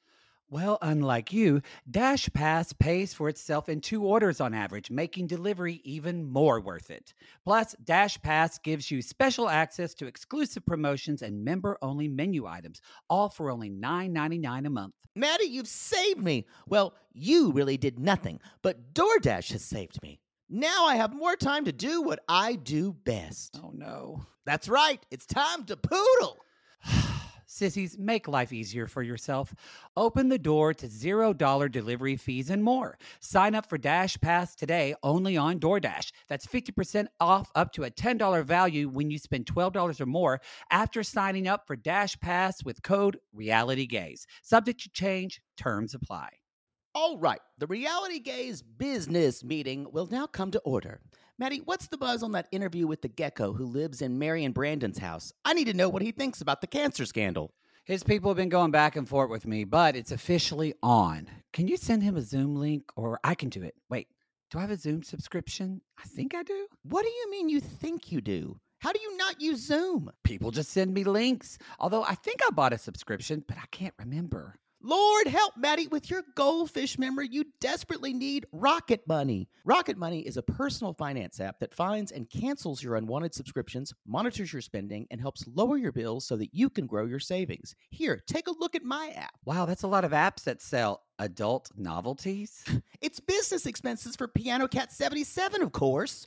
G: Well, unlike you, Dash Pass pays for itself in two orders on average, making delivery even more worth it. Plus, Dash Pass gives you special access to exclusive promotions and member only menu items, all for only $9.99 a month.
J: Maddie, you've saved me. Well, you really did nothing, but DoorDash has saved me. Now I have more time to do what I do best.
G: Oh, no.
J: That's right, it's time to poodle.
G: Sissies, make life easier for yourself. Open the door to $0 delivery fees and more. Sign up for Dash Pass today only on DoorDash. That's 50% off up to a $10 value when you spend $12 or more after signing up for Dash Pass with code RealityGaze. Subject to change, terms apply.
J: All right, the Reality Gaze business meeting will now come to order. Maddie, what's the buzz on that interview with the gecko who lives in Mary and Brandon's house? I need to know what he thinks about the cancer scandal.
G: His people have been going back and forth with me, but it's officially on. Can you send him a Zoom link or I can do it? Wait, do I have a Zoom subscription? I think I do.
J: What do you mean you think you do? How do you not use Zoom?
G: People just send me links. Although I think I bought a subscription, but I can't remember.
J: Lord help Maddie with your goldfish memory. You desperately need Rocket Money. Rocket Money is a personal finance app that finds and cancels your unwanted subscriptions, monitors your spending, and helps lower your bills so that you can grow your savings. Here, take a look at my app.
G: Wow, that's a lot of apps that sell adult novelties.
J: it's business expenses for Piano Cat 77, of course.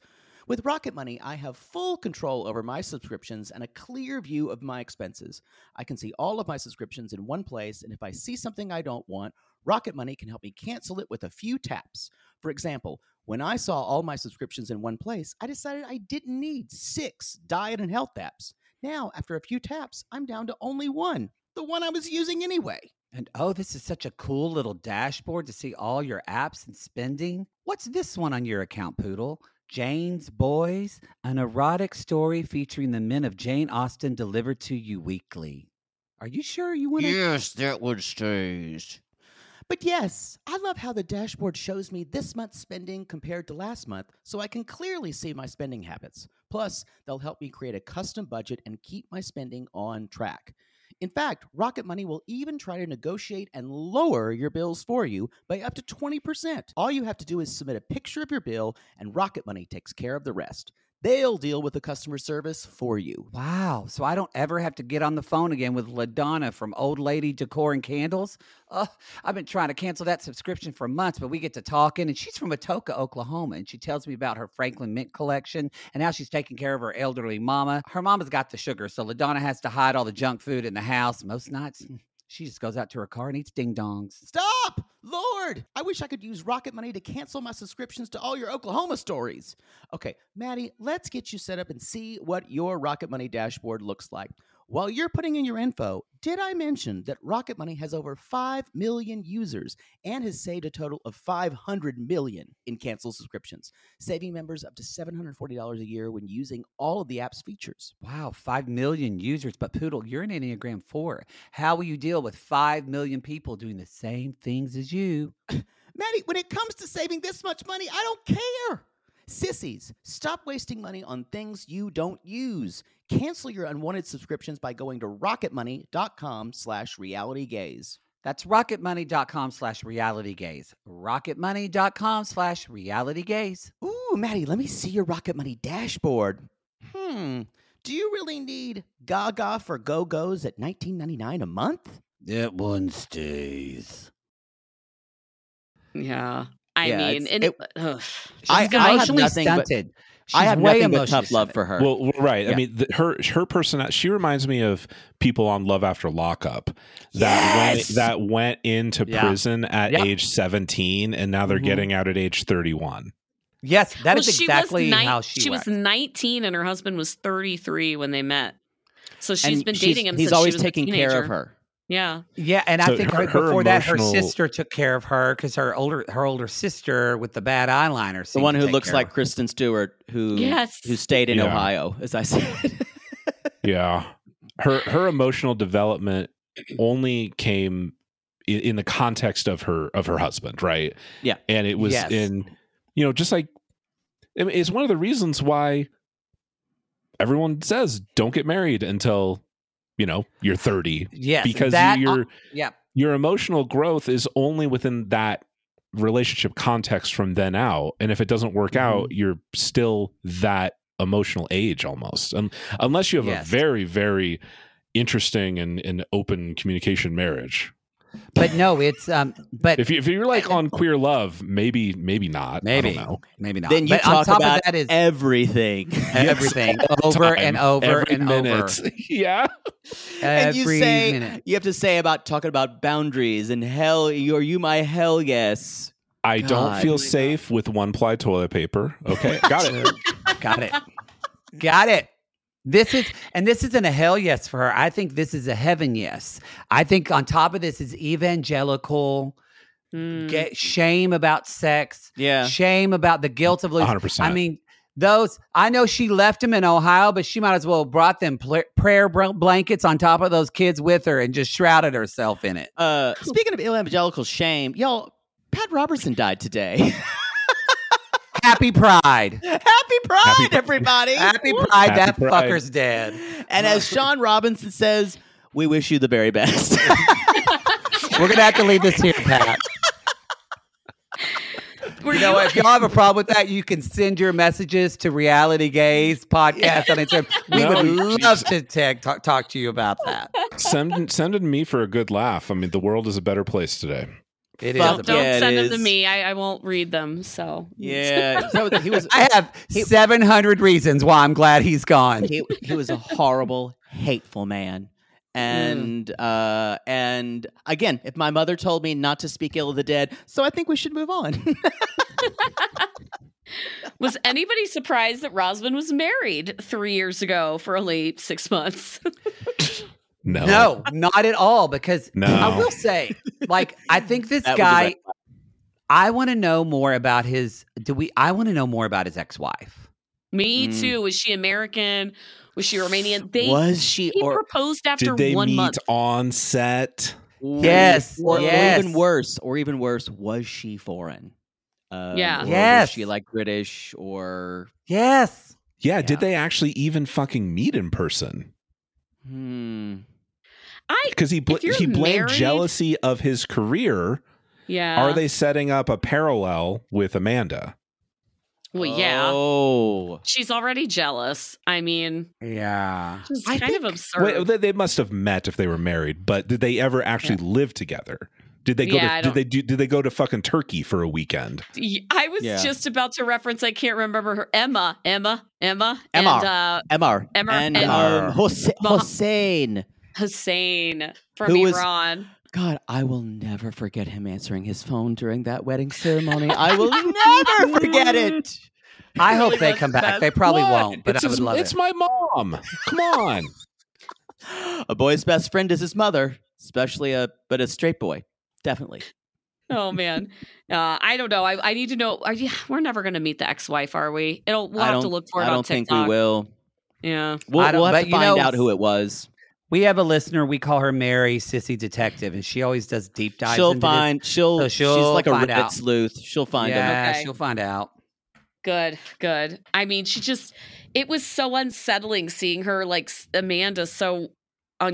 J: With Rocket Money, I have full control over my subscriptions and a clear view of my expenses. I can see all of my subscriptions in one place, and if I see something I don't want, Rocket Money can help me cancel it with a few taps. For example, when I saw all my subscriptions in one place, I decided I didn't need six diet and health apps. Now, after a few taps, I'm down to only one, the one I was using anyway.
G: And oh, this is such a cool little dashboard to see all your apps and spending. What's this one on your account, Poodle? Jane's Boys, an erotic story featuring the men of Jane Austen delivered to you weekly. Are you sure you want to?
J: Yes, that one stays. But yes, I love how the dashboard shows me this month's spending compared to last month so I can clearly see my spending habits. Plus, they'll help me create a custom budget and keep my spending on track. In fact, Rocket Money will even try to negotiate and lower your bills for you by up to 20%. All you have to do is submit a picture of your bill, and Rocket Money takes care of the rest. They'll deal with the customer service for you.
G: Wow. So I don't ever have to get on the phone again with LaDonna from Old Lady Decor and Candles. Uh, I've been trying to cancel that subscription for months, but we get to talking, and she's from Atoka, Oklahoma, and she tells me about her Franklin mint collection and how she's taking care of her elderly mama. Her mama's got the sugar, so LaDonna has to hide all the junk food in the house most nights. mm, She just goes out to her car and eats ding dongs.
J: Stop! Lord, I wish I could use Rocket Money to cancel my subscriptions to all your Oklahoma stories. Okay, Maddie, let's get you set up and see what your Rocket Money dashboard looks like. While you're putting in your info, did I mention that Rocket Money has over 5 million users and has saved a total of 500 million in canceled subscriptions, saving members up to $740 a year when using all of the app's features?
G: Wow, 5 million users. But Poodle, you're an Enneagram 4. How will you deal with 5 million people doing the same things as you?
J: Maddie, when it comes to saving this much money, I don't care. Sissies, stop wasting money on things you don't use. Cancel your unwanted subscriptions by going to rocketmoney.com slash reality gaze.
G: That's rocketmoney.com slash reality gaze. Rocketmoney.com slash reality gaze.
J: Ooh, Maddie, let me see your Rocket Money dashboard. Hmm, do you really need Gaga for Go-Go's at $19.99 a month?
G: That one stays.
H: Yeah. I
J: Yeah,
H: mean,
J: it's-
H: and,
J: it-
H: ugh, she's
J: I- I have
H: emotionally
J: nothing but-
H: stunted.
J: I
H: She's
J: have
H: way
J: nothing but tough
H: emotionally
J: love for her.
I: Well, well, right. I
J: Yeah.
I: mean, the, her her person. She reminds me of people on Love After Lockup that
J: Yes!
I: went, that went into
G: Yeah.
I: prison at
G: Yep.
I: age seventeen, and now they're
G: Mhm.
I: getting out at age thirty-one.
G: Yes, that
H: Well,
G: is
H: she
G: exactly
H: was nine-
G: how she,
H: was
G: was.
H: 19 and her husband was 33 when they met. So she's
J: And
H: been
J: she's-
H: dating him
J: He's
H: since
J: always
H: she was
J: taking
H: a
J: care of
H: teenager.
J: her.
H: Yeah.
G: Yeah, and
I: So
G: I think
I: her-
G: right before
I: her
G: that, her
I: emotional-
G: sister took care of her because her older her older sister with the bad eyeliner,
J: The
G: seemed
J: one
G: to
J: who
G: take
J: looks
G: care
J: like
G: of her.
J: Kristen Stewart, who
H: Yes.
J: who stayed in
I: Yeah.
J: Ohio, as I said. *laughs*
I: Yeah, her her emotional development only came i- in the context of her of her husband, right?
J: Yeah.
I: and it was
G: Yes.
I: in you know just like I mean, it's one of the reasons why everyone says don't get married until you know you're thirty
G: yes,
I: because
G: that, uh,
I: your
G: yeah,
I: your emotional growth is only within that relationship context from then out and if it doesn't work
G: Mm-hmm.
I: out you're still that emotional age almost Un unless you have
G: Yes.
I: a very very interesting and, and open communication marriage
G: but no, it's um, but
I: if, you, if you're like on queer love maybe maybe not I
G: Maybe.
I: don't know.
G: maybe not.
J: then you
G: but on
J: talk
G: top
J: about
G: of that is
J: *laughs* everything.
G: everything over
I: Time.
G: and over
I: Every
G: and
I: minute. *laughs*
G: over.
I: yeah
J: and you
G: Every
J: say
G: minute.
J: you have to say about talking about boundaries and hell you're you my hell yes.
I: i
J: God.
I: don't feel safe with one ply toilet paper
G: *laughs*
I: okay got it
G: Got it. Got it. This is and this isn't a hell yes for her. I think this is a heaven yes. I think on top of this is evangelical
H: Mm.
G: ga- shame about sex,
J: Yeah.
G: shame about the guilt of losing.
I: 100%
G: I mean, those I know she left him in Ohio, but she might as well have brought them pl- prayer br- blankets on top of those kids with her and just shrouded herself in it.
J: Uh, speaking of evangelical shame, y'all, Pat Robertson died today. *laughs*
G: Happy Pride.
J: Happy Pride,
I: Happy Pride.
J: everybody!
G: Happy Pride.
I: Happy
G: that
I: Pride.
G: fucker's dead.
J: And as Sean Robinson says, we wish you the very best.
G: We're gonna have to leave this here, Pat.
H: Were
G: You know what? If y'all have a problem with that, you can send your messages to Reality Gaze Podcast on Instagram. We
I: No,
G: would
I: Jesus.
G: love to tag, talk, talk to you about that.
I: send send it to me for a good laugh i mean the world is a better place today
G: It is.
J: Fuck
G: a-
H: Don't
J: Yeah, it
H: send them to
J: is.
H: me. I, I won't read them. So
J: *laughs* yeah, Is that what- *laughs* he was.
G: I have 700 reasons why I'm glad he's gone.
J: he, he was a horrible, hateful man. And uh, and again, if my mother told me not to speak ill of the dead, so I think we should move on. *laughs*
H: Was anybody surprised that Rosman was married three years ago for only six months?
I: no
G: No, not at all. Because
I: No.
G: I will say, like, I think this
J: That was a
G: guy.
J: red
G: I want to know more about his. Do we? I want to know more about his ex-wife.
H: Me
J: Mm.
H: too. Was she American? Was she
J: *sighs*
H: Romanian? They
J: was she
H: he
J: or
H: proposed after
I: did they
H: one
I: meet
H: month.
I: on set
G: Yes,
J: or,
G: yes.
J: or even worse, or even worse, was she foreign? Um,
H: Yeah.
J: or
G: Yes.
J: Was she like British or?
G: Yes.
I: yeah,
J: Yeah.
I: did they actually even fucking meet in person
J: Hmm.
H: I
I: because he bl-
H: If you're
I: he blamed
H: married-
I: jealousy of his career
H: yeah.
I: are they setting up a parallel with amanda
H: Well, yeah.
J: Oh.
H: She's already jealous. I mean,
G: Yeah.
H: it's
I: I
H: kind of absurd.
I: Wait, they, they must have met if they were married but did they ever actually live together did they go
H: Yeah, I
I: to
H: don't-
I: did they do did they go to fucking turkey for a weekend
H: Y- I was
J: Yeah.
H: just about to reference. I can't remember her. Emma, Emma, Emma,
J: Emma.
H: and uh,
J: Mr.
H: Emmer-
J: and
H: Emmer.
J: um, Hose-
H: Bah-
J: Hossein.
H: Hussein from
J: Who was-
H: Iran.
J: God, I will never forget him answering his phone during that wedding ceremony. I will never forget it.
G: I
J: Really
G: hope they
J: was
G: come
J: the
G: back.
J: best.
G: They probably
I: What?
G: won't, but
I: it's
G: I would
I: his-
G: love
H: *laughs*
I: it's
G: it.
I: my mom come on
J: a boy's best friend is his mother, especially a but a straight boy, definitely.
H: Oh man, uh, I don't know. I, I need to know. Are you, we're never going to meet the ex-wife, are we? It'll. We'll
J: I
H: have
J: don't,
H: to look for it
J: I
H: on
J: don't think we
H: TikTok.
J: will.
H: Yeah,
J: We'll,
G: I don't-
J: we'll have
G: but
J: to
G: you
J: find
G: know-
J: out who it was.
G: We have a listener. We call her Mary Sissy Detective, and she always does deep dives.
J: She'll
G: into this.
J: find. She'll,
G: So
J: She's
G: she'll
J: like a
G: find
J: Reddit
G: out.
J: sleuth. She'll find
G: Yeah,
J: out.
H: Okay.
G: she'll find out.
H: Good, good. I mean, she just. It was so unsettling seeing her like s- Amanda so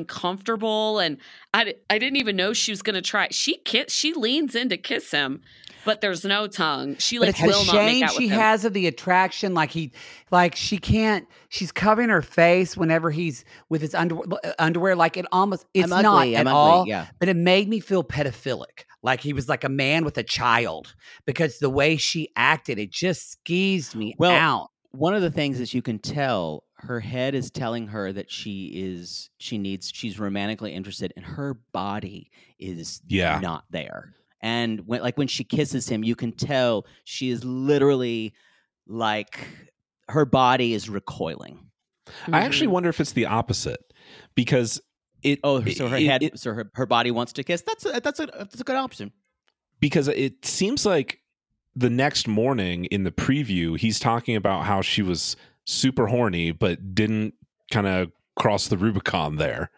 H: uncomfortable, and I di- I didn't even know she was going to try. She kiss. She leans in to kiss him, but there's no tongue. She
G: But
H: like
G: it's the
H: will not make
G: shame
H: out
G: she
H: with him.
G: has of the attraction. Like he, like she can't. She's covering her face whenever he's with his underwear. underwear like it almost. It's
J: I'm
G: not
J: ugly,
G: at
J: I'm ugly,
G: all.
J: yeah.
G: But it made me feel pedophilic. Like he was like a man with a child because the way she acted, it just skeezed me
J: Well,
G: out.
J: one of the things is you can tell her head is telling her that she is she needs she's romantically interested, and her body is
I: Yeah.
J: not there. And when like when she kisses him, you can tell she is literally like her body is recoiling.
I: I
H: Mm.
I: actually
G: Mm-hmm.
I: wonder if it's the opposite because it.
J: Oh, so her
I: it-
J: head,
I: it-
J: so her, her body wants to kiss. That's a, that's a that's a good option. *laughs*
I: because it seems like the next morning in the preview, he's talking about how she was super horny but didn't kind of cross the Rubicon there.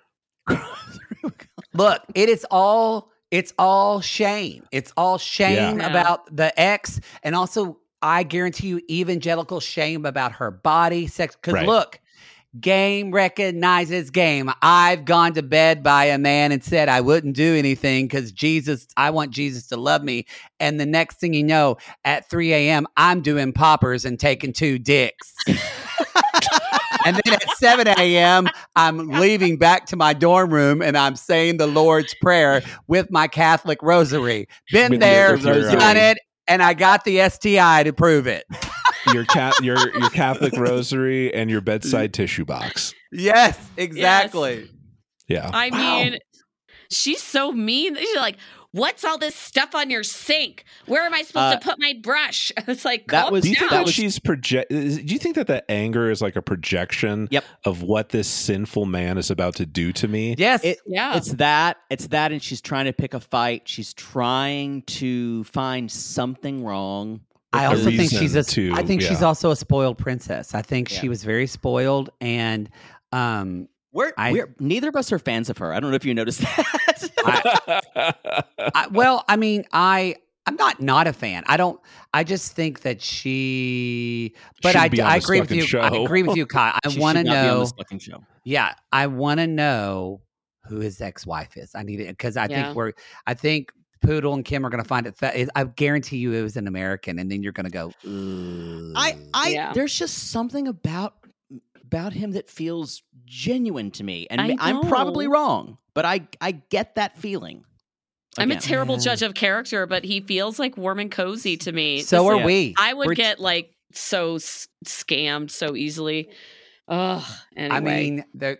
G: Look, it is all it's all shame. It's all shame
I: Yeah.
G: about the ex and also I guarantee you evangelical shame about her body, sex cuz
J: Right.
G: look, game recognizes game. I've gone to bed by a man and said I wouldn't do anything cuz Jesus I want Jesus to love me and the next thing you know at 3 a.m. I'm doing poppers and taking two dicks. And then at 7 a.m., I'm leaving back to my dorm room and I'm saying the Lord's Prayer with my Catholic rosary. Been
I: With your-
G: there,
I: with your,
G: done
I: um,
G: it, and I got the STI to prove it.
I: Your cat, *laughs* your your Catholic rosary, and your bedside tissue box.
G: Yes, exactly.
I: Yeah,
H: I mean, she's so mean. She's like, "What's all this stuff on your sink? Where am I supposed to
I: Uh,
H: put my brush?" *laughs* It's like,
I: That
H: calm
I: was. Do you think
H: down.
I: that she's project? is- Do you think that that anger is like a projection of what this sinful man is about to do to me?
G: Yes.
H: yeah.
J: It's that. It's that. And she's trying to pick a fight. She's trying to find something wrong.
G: I
J: with
G: also
J: the
G: think she's a. I
J: reason
G: think
J: yeah.
G: she's also a spoiled princess. I think she
J: Yeah.
G: was very spoiled, and um,
J: We're,
G: I-
J: we're neither of us are fans of her. I don't know if you noticed *laughs* that. *laughs*
I: *laughs*
G: I, well, I mean, I I'm not not a fan. I don't. I just think that she. But
J: Shouldn't
G: I,
J: be on
G: I
J: this
G: agree with
J: fucking
G: you. I
J: show.
G: agree with you, Kyle. I
J: *laughs* She
G: want to
J: should not be on
G: know.
J: this fucking show.
G: Yeah, I want to know who his ex-wife is. I need it because I
J: Yeah.
G: think we're. I think Poodle and Kim are going to find it. Fa- I guarantee you, it was an American, and then you're going to go. "Ugh."
J: I, I,
G: Yeah.
J: there's just something about about him that feels genuine to me, and
H: I
J: ma- I'm probably
H: know.
J: wrong, but I, I get that feeling.
H: I'm a
J: Again.
H: terrible
J: Yeah.
H: judge of character, but he feels like warm and cozy to me.
G: So
H: This
G: are
H: is-
G: we.
H: I would
G: We're-
H: get like so s- scammed so easily. Ugh. Anyway.
G: I mean, they're-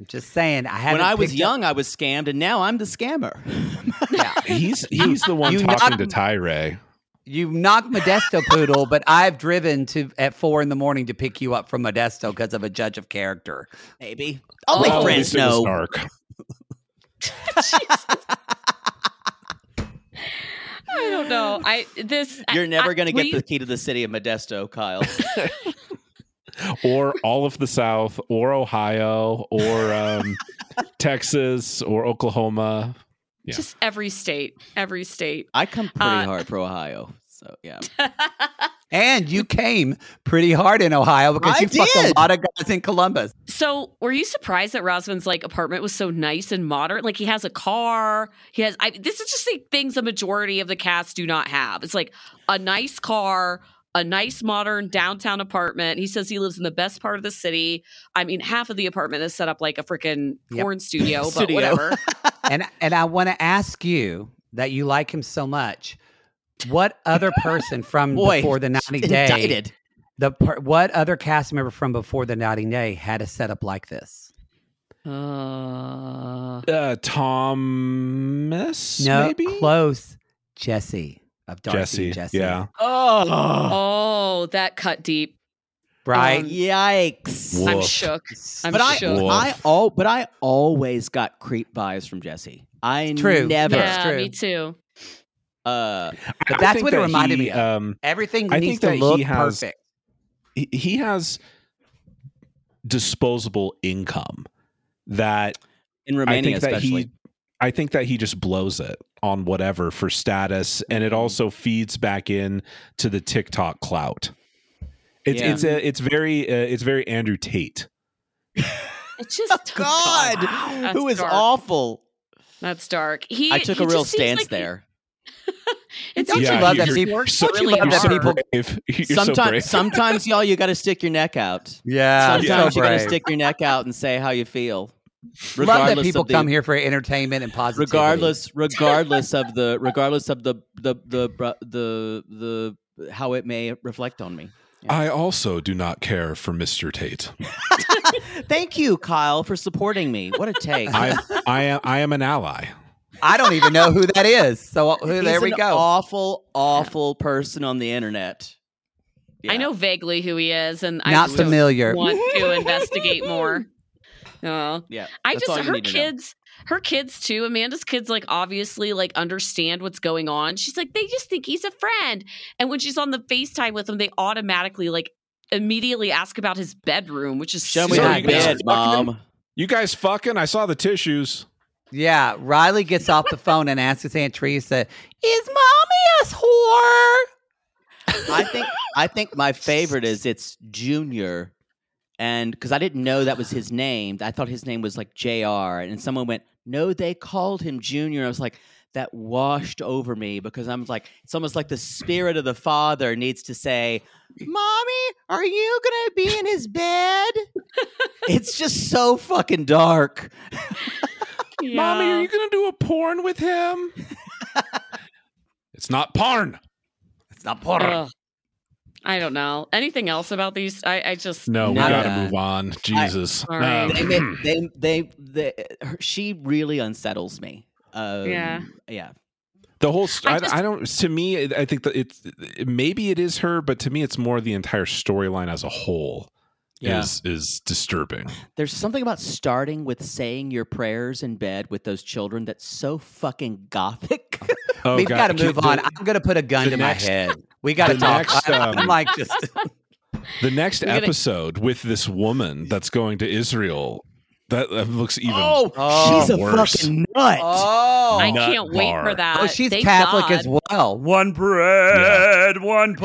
G: I'm just saying. I haven't
J: When I was
G: picked up-
J: young, I was scammed, and now I'm the *laughs* scammer.
I: he's he's the one
G: You
I: talking
G: not-
I: to Tyree.
G: You knocked Modesto Poodle, but I've driven to at four in the morning to pick you up from Modesto because of a judge of character.
J: Maybe I'll make
G: Oh.
J: friends.
G: At least it was
J: No,
I: dark.
H: I don't know. I this I-
J: You're never
H: I-
J: going to
H: will
J: get
H: you-
J: the key to the city of Modesto, *laughs* Kyle.
I: or all of the South, or Ohio,
G: *laughs*
I: or um, Texas, or Oklahoma. Yeah.
H: just every state, every state.
J: I come
H: pretty Uh,
J: hard for Ohio. So yeah.
G: And you came pretty hard in Ohio because
H: I
G: you fucked a
H: did.
G: lot of guys in Columbus.
H: So, were you surprised that Rosman's like apartment was so nice and modern? Like he has a car. He has. I, this is just like things the majority of the cast do not have. It's like a nice car, a nice modern downtown apartment. He says he lives in the best part of the city. I mean, half of the apartment is set up like a freaking
G: Yep.
H: porn studio, but
G: Studio.
H: whatever.
G: and and I want to ask you that you like him so much. What other person from
J: *laughs* Boy,
G: before the ninety day?
J: indicted.
G: The per, what other cast member from before the ninety day had a setup like this?
H: Uh,
I: uh Thomas,
G: no,
I: maybe
G: close. Jesse of Darcy
I: Jesse,
G: and Jesse.
I: yeah.
H: Oh, that cut deep.
G: Right?
J: Um, Yikes!
H: I'm shook. I'm
J: but
H: shook.
J: I, I all, but I always got creep vibes from Jesse. I
G: True.
J: never.
H: yeah, me too.
J: Uh,
G: But
I: I
G: that's
I: think
G: what it
I: that
G: reminded
I: he,
G: me of.
I: um,
G: Everything
I: I
G: needs
I: think that
G: to look
I: he has-
G: perfect.
I: he- he has disposable income that
J: in
I: I
J: Romania
I: think that
H: *laughs*
J: especially. *laughs*
I: he I think that he just blows it on whatever for status and
G: Mm.
I: it also feeds back in to the TikTok clout. It's
J: Yeah.
I: it's a, it's very uh, it's very Andrew Tate.
G: *laughs*
H: It's just oh,
J: God,
H: Wow,
J: who
H: that's
J: is
H: dark.
J: awful.
H: That's dark. He.
J: I took
H: he
J: a real
H: just seems
J: stance
H: like he-
J: there.
H: It
G: Don't
H: seems
G: you
H: like
G: love
H: he
G: that
H: just
G: people-
H: works
G: don't you
H: really
G: love that
H: hard.
G: people-
I: If *laughs* you're so brave. *laughs*
J: sometimes, sometimes y'all, you got to stick your neck out.
G: Yeah,
J: sometimes
G: so
J: you got to
G: brave.
J: stick your neck out and say how you feel.
G: Love that
J: regardless
G: people
J: of the-
G: come here for entertainment and positivity.
J: regardless regardless of the regardless of the the the the the how it may reflect on me
I: I also do not care for Mr. Tate.
J: thank you kyle for supporting me what a take
G: *laughs*
I: I I am I am an ally.
G: I don't even know who that is. So who,
J: *laughs* He's
G: there we
J: an
G: go.
J: awful awful person on the internet
H: I know vaguely who he is, and I
G: Not
H: just don't
G: familiar.
H: Want
G: *laughs*
H: to investigate more? Oh, No.
J: yeah
H: I
J: that's
H: just
J: all you
H: her
J: need to know.
H: kids, her kids too. Amanda's kids like obviously like understand what's going on. She's like they just think he's a friend, and when she's on the Facetime with him, they automatically like immediately ask about his bedroom, which is
J: show me
H: so
I: So
J: that
I: you guys
J: bed
I: fucking-
J: mom
I: You guys fucking I saw the tissues.
G: Yeah, Riley gets off the phone and asks his Aunt Teresa, "Is mommy a whore?"
J: i think i think my favorite is it's junior and because i didn't know that was his name i thought his name was like jr and someone went no they called him junior i was like that washed over me because i'm like it's almost like the spirit of the father needs to say mommy are you gonna be in his bed it's just so fucking dark
H: Yeah.
I: Mommy, are you gonna do a porn with him? it's not porn.
G: It's not porn.
H: Ugh. I don't know anything else about these. I, I just
I: No, we
J: No.
I: gotta move on. Jesus.
H: All right.
J: they, they, they, they, they her, she really unsettles me um,
H: Yeah.
J: yeah
I: The whole st-
H: I
I: I,
H: just-
I: I don't. To me, it- I think that it's maybe it is her, but to me, it's more the entire storyline as a whole
J: Yeah.
I: is is disturbing.
J: There's something about starting with saying your prayers in bed with those children that's so fucking gothic. *laughs*
I: Oh,
G: We've got to
I: Ki-
G: move
I: the-
G: on. I'm going to put a gun
I: the
G: to
I: next-
F: *laughs*
G: my head. We got to
I: the
G: talk.
I: next,
G: I,
I: um,
G: am like just
I: The next
H: We're gonna-
I: episode with this woman that's going to Israel that, that looks even.
J: oh,
G: Oh,
J: she's a
I: worse.
J: fucking nut.
G: oh,
H: I
I: Nut
H: can't wait
I: bar.
H: for that.
D: *laughs*
G: Oh, she's
H: Thank
G: Catholic
H: God.
G: as well.
F: One bread, one
J: *laughs*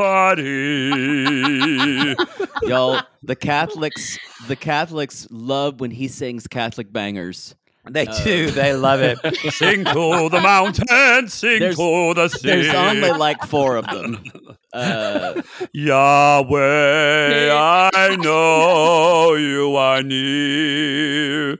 F: party.
J: Yo, the Catholics, the Catholics love when he sings Catholic bangers.
G: They do. They love
J: *laughs*
G: it.
F: *laughs* sing to the mountain, sing
J: There's-
F: to the
J: There's only
F: sea.
J: like four of
F: *laughs*
J: them. Uh,
F: Yahweh, I know you are near.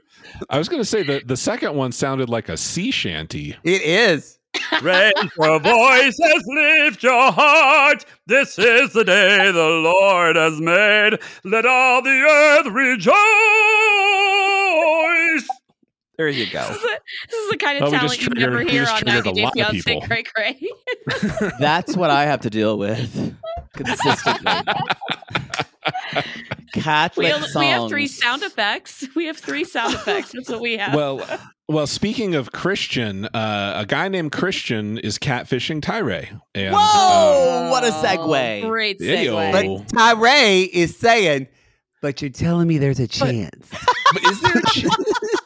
I: I was gonna say the the second one sounded like a sea shanty.
G: It is.
F: Raise your voices, lift your heart. This is the day the Lord has made. Let all the earth rejoice.
G: There you go.
H: This is, a, this is the kind
I: Oh,
H: of
I: we just
H: talent you
I: triggered-
H: never
I: we
H: hear
I: just
H: on
I: triggered
H: 90
I: a
H: Day
I: lot of people.
H: Fiance. Cray Cray.
J: that's what I have to deal with consistently. Catholic
H: We, only-
J: songs.
H: we have three sound
D: *laughs*
H: effects. We have three sound effects. That's what we
E: *laughs*
H: have.
I: Well, well, speaking of Christian, uh, a guy named Christian is catfishing Tyree. And, uh,
J: Whoa! what a segue.
H: Great
I: Yeah, yo.
H: segue.
G: But Tyree is saying, but you're telling me there's a chance. *laughs*
I: but is
J: *laughs*
I: there? A ch-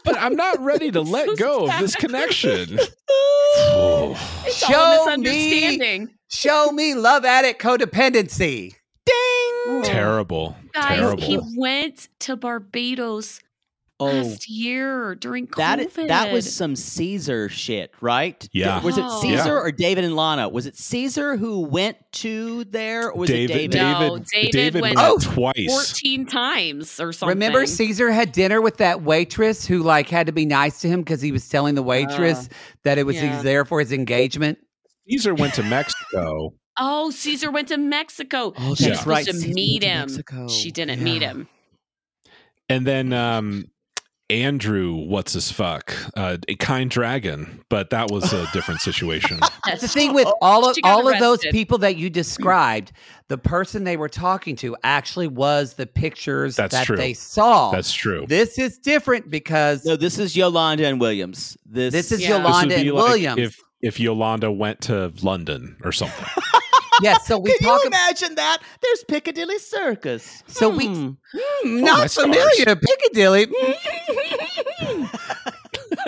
I: but I'm not ready to let go of this
H: *laughs*
I: connection. *sighs*
H: it's
G: Show
H: all a misunderstanding.
G: Show me love addict codependency. Ding.
I: Terrible.
H: Guys,
I: terrible.
H: he went to Barbados
J: Oh,
H: last year during
J: that
H: COVID.
J: that was some Caesar shit, right?
I: Yeah.
J: Was it
H: Oh.
J: Caesar or David and Lana? Was it Caesar who went to there, or was
I: David,
J: it David?
H: No,
I: David,
H: David
I: David,
H: went
I: went,
H: Oh!
I: twice.
H: 14 times or something.
G: Remember, Caesar had dinner with that waitress who like had to be nice to him because he was telling the waitress that it was he
H: Uh, yeah.
G: was there for his engagement.
I: Caesar went to Mexico.
H: Oh, Caesar went to Mexico.
J: Oh,
H: she
I: that's
H: was
J: right.
H: supposed
J: Caesar
H: to
J: went
H: meet
J: to
H: him.
J: Mexico.
H: She didn't
G: Yeah.
H: meet him.
I: And then um Andrew, what's his fuck, uh, a kind dragon, but that was a different
J: *laughs*
I: situation.
G: That's the thing
H: Oh,
G: with all of all of those people that you described. The person they were talking to actually was the pictures
I: That's
G: that
I: true.
G: they
J: Oh,
G: saw.
I: That's true.
G: This is different because
J: no, this is Yolanda and Williams. This
G: This is Yeah. Yolanda and Williams.
I: If if Yolanda went to London or something,
G: yes. So we
J: *laughs* Can talk you imagine that? There's Piccadilly Circus.
G: So we Hmm,
J: Oh,
G: not
J: that's ours.
G: familiar
J: *laughs*
G: Piccadilly. Hmm.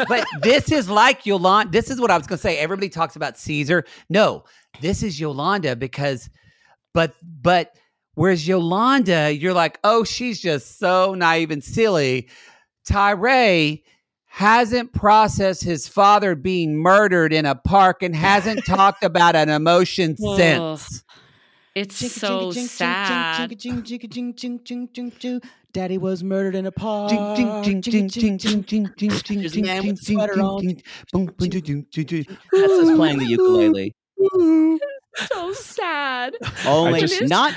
G: but this is like Yolanda. This is what I was going to say. Everybody talks about Caesar. No, this is Yolanda because, but, but, whereas Yolanda, you're like, oh, she's just so naive and silly. Tyree hasn't processed his father being murdered in a park and hasn't talked about an emotion
H: Whoa.
G: since.
H: It's so sad.
J: Daddy was murdered in a park.
G: Uh, There's a man with a sweater on.
J: That's us playing the ukulele.
H: so sad.
J: Only
I: I just-
J: not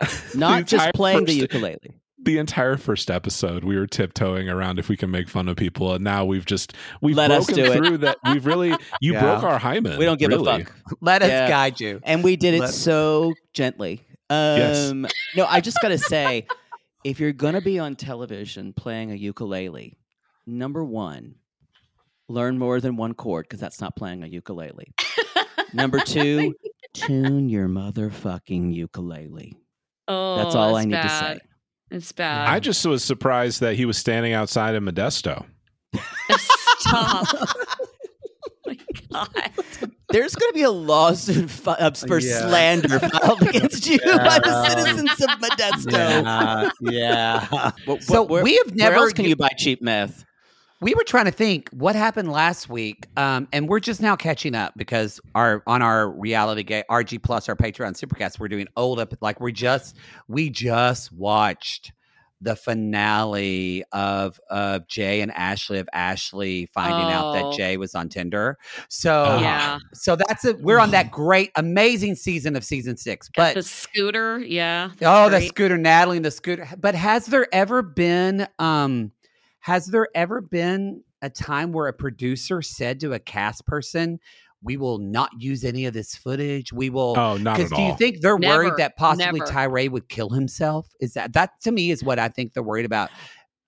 I: The
J: *laughs* not
I: entire
J: just playing the
I: first-
J: ukulele.
I: the entire first episode, we were tiptoeing around if we can make fun of people, and now we've just we've
J: Let us
I: broken
J: do it.
I: through that. We've
J: *laughs*
I: really you
J: Yeah.
I: broke our hymen.
J: We don't give
I: really.
J: a fuck.
G: Let us guide you.
J: And we did it
I: Let-
J: so gently.
I: Yes.
J: Um, No, I just got to say if you're going to be on television playing a ukulele, number one, learn more than one chord because that's not playing a ukulele. number two, tune your motherfucking ukulele.
H: Oh,
J: That's all I
H: it's
J: need to
H: bad.
J: say.
H: It's bad. *laughs*
I: I just was surprised that he was standing outside in Modesto.
H: Stop.
J: *laughs* There's going to be a lawsuit fi-
G: *laughs*
J: uh, for
G: Yeah.
J: slander filed against you by the
G: Yeah.
J: citizens of Modesto. *laughs*
G: yeah.
J: What-
G: So
J: what- where-
G: we have
J: Where
G: never
J: else can you buy cheap meth?
G: we were trying to think what happened last week um, and we're just now catching up because our on our reality gay rg plus our patreon supercast we're doing old up like we just we just watched the finale of of jay and ashley of ashley finding out
H: Oh.
G: that jay was on tinder so
I: Uh-huh.
H: Yeah.
G: so that's it we're on
I: Mm.
G: that great amazing season of season six but
H: the scooter, yeah.
G: Oh, the
H: great.
G: scooter, Natalie, and the scooter. But has there ever been, um, has there ever been a time where a producer said to a cast person, "We will not use any of this footage. We will."
I: Oh, not at
G: do you
I: all.
G: think they're
H: Never,
G: worried that possibly
H: never.
G: Tyree would kill himself? Is that that to me is what I think they're worried about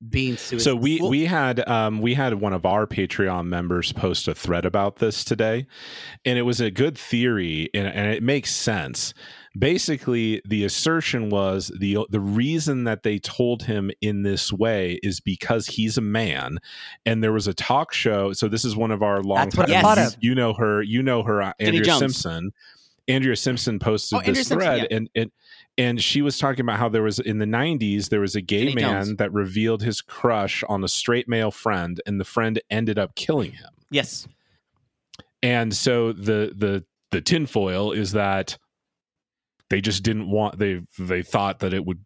G: being suicidal.
I: So we we had um we had one of our Patreon members post a thread about this today, and it was a good theory and, and it makes sense. Basically, the assertion was the the reason that they told him in this way is because he's a man, and there was a talk show. So this is one of our long
G: That's what I thought
I: you,
G: of.
I: you know her, you know her, uh,
J: Jenny
I: Andrea
J: Jones.
I: Simpson. Andrea Simpson posted
J: Oh, Andrea
I: this
J: Simpson,
I: thread,
J: yeah.
I: and and and she was talking about how there was in the 90s there was a gay
J: Jenny
I: man
J: Jones.
I: that revealed his crush on a straight male friend and the friend ended up killing him
J: Yes.
I: and so the the the tinfoil is that they just didn't want they they thought that it would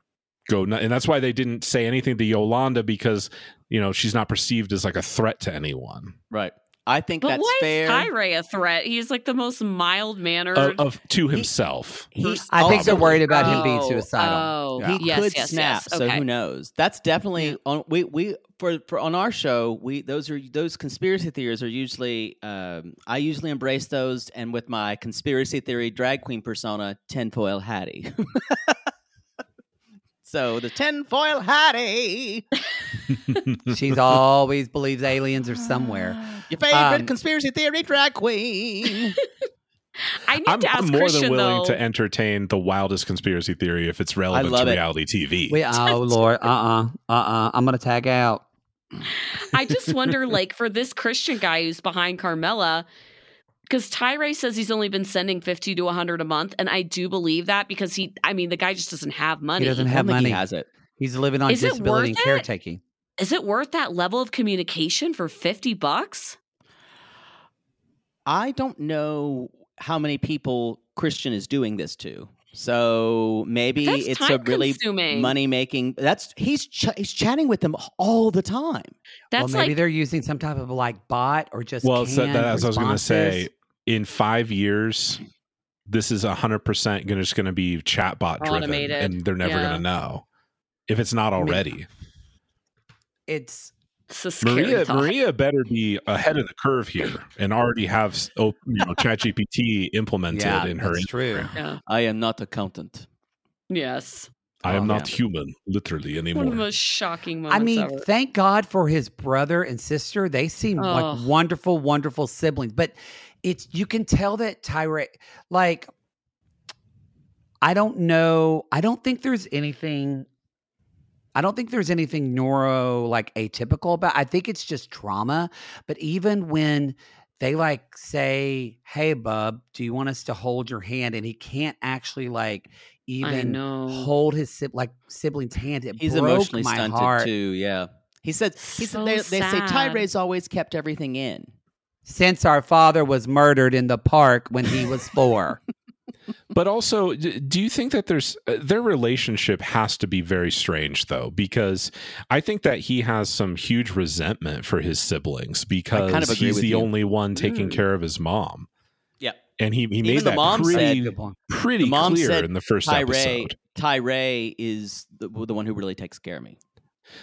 I: go nu- and that's why they didn't say anything to yolanda because you know she's not perceived as like a threat to anyone
J: Right. I think
H: But
J: that's
H: why
J: fair.
H: is Tyre a threat? He's like the most mild mannered.
I: of, of to himself
J: He,
G: I think they're worried about him being
H: Oh,
G: suicidal.
H: oh,
J: he
H: yes,
J: could
H: yes,
J: snap.
H: yes,
J: So
H: okay.
J: who knows? That's definitely on. We we for for on our show. We those are those conspiracy theories are usually. Um, I usually embrace those, and with my conspiracy theory drag queen persona, tinfoil Hattie. *laughs* so the tinfoil Hattie,
G: She's always believes aliens are
H: Ah.
G: somewhere.
J: your favorite
G: Um,
J: conspiracy theory drag queen.
H: I need
I: I'm,
H: to ask
I: I'm more
H: Christian
I: than willing
H: though.
I: to entertain the wildest conspiracy theory if it's relevant
J: love
I: to
J: it.
I: reality TV.
G: Wait, oh Lord, uh, uh-uh, uh, I'm gonna tag out.
H: I just wonder, like, for this Christian guy who's behind Carmela, because Tyre says he's only been sending fifty to hundred a month, and I do believe that because he, I mean, the guy just doesn't have money.
G: He doesn't
J: I don't
G: have
J: think
G: money.
J: He has it.
G: He's living on
H: Is it
G: disability and
H: worth it?
G: caretaking.
H: Is it worth that level of communication for fifty bucks?
J: I don't know how many people Christian is doing this to. So maybe
H: That's
J: it's a really
H: time-consuming.
J: money making. That's he's ch- he's chatting with them all the time.
H: That's
G: well, maybe
H: like
G: they're using some type of like bot or just
I: well, so
G: canned
I: that, as I was going to say,
G: responses.
I: in five years, this is hundred percent going to just going to be chatbot driven,
H: Automated,
I: and they're never
H: yeah.
I: going to know if it's not already.
G: it's
H: It's a scary
I: Maria,
H: thought.
I: Maria better be ahead of the curve here and already have oh, you
J: *laughs*
I: know, ChatGPT implemented
J: Yeah,
I: in her.
J: that's true.
I: Instagram.
H: Yeah.
J: I am not accountant.
H: Yes.
I: I am
J: Oh,
I: not
J: man.
I: human, literally
H: One of the
I: anymore.
H: most shocking moments
G: I mean,
H: ever.
G: thank God for his brother and sister. They seem
H: Ugh.
G: like wonderful, wonderful siblings. But it's you can tell that Tyra, like, I don't know. I don't think there's anything. I don't think there's anything neuro like atypical about. I think it's just trauma. But even when they like say, "Hey, bub, do you want us to hold your hand?" and he can't actually like even
H: know.
G: hold his sib- like sibling's hand. It
J: He's
G: broke
J: emotionally
G: my
J: stunted
G: heart.
J: too. Yeah. He said. He said
H: So
J: they, they say
H: sad.
J: Tyra's always kept everything in.
G: since our father was murdered in the park when he was four.
I: But also, d- do you think that there's uh, their relationship has to be very strange though? Because I think that he has some huge resentment for his siblings because
J: kind of agree
I: he's
J: with
I: the
J: you.
I: only one taking
J: Mm.
I: care of his mom,
J: Yeah.
I: and he he made
J: Even the
I: that
J: mom
I: pretty
J: said-
I: pretty
J: the mom
I: clear
J: said
I: in the first
J: Tyra,
I: episode.
J: Tyra is the, the one who really takes care of me.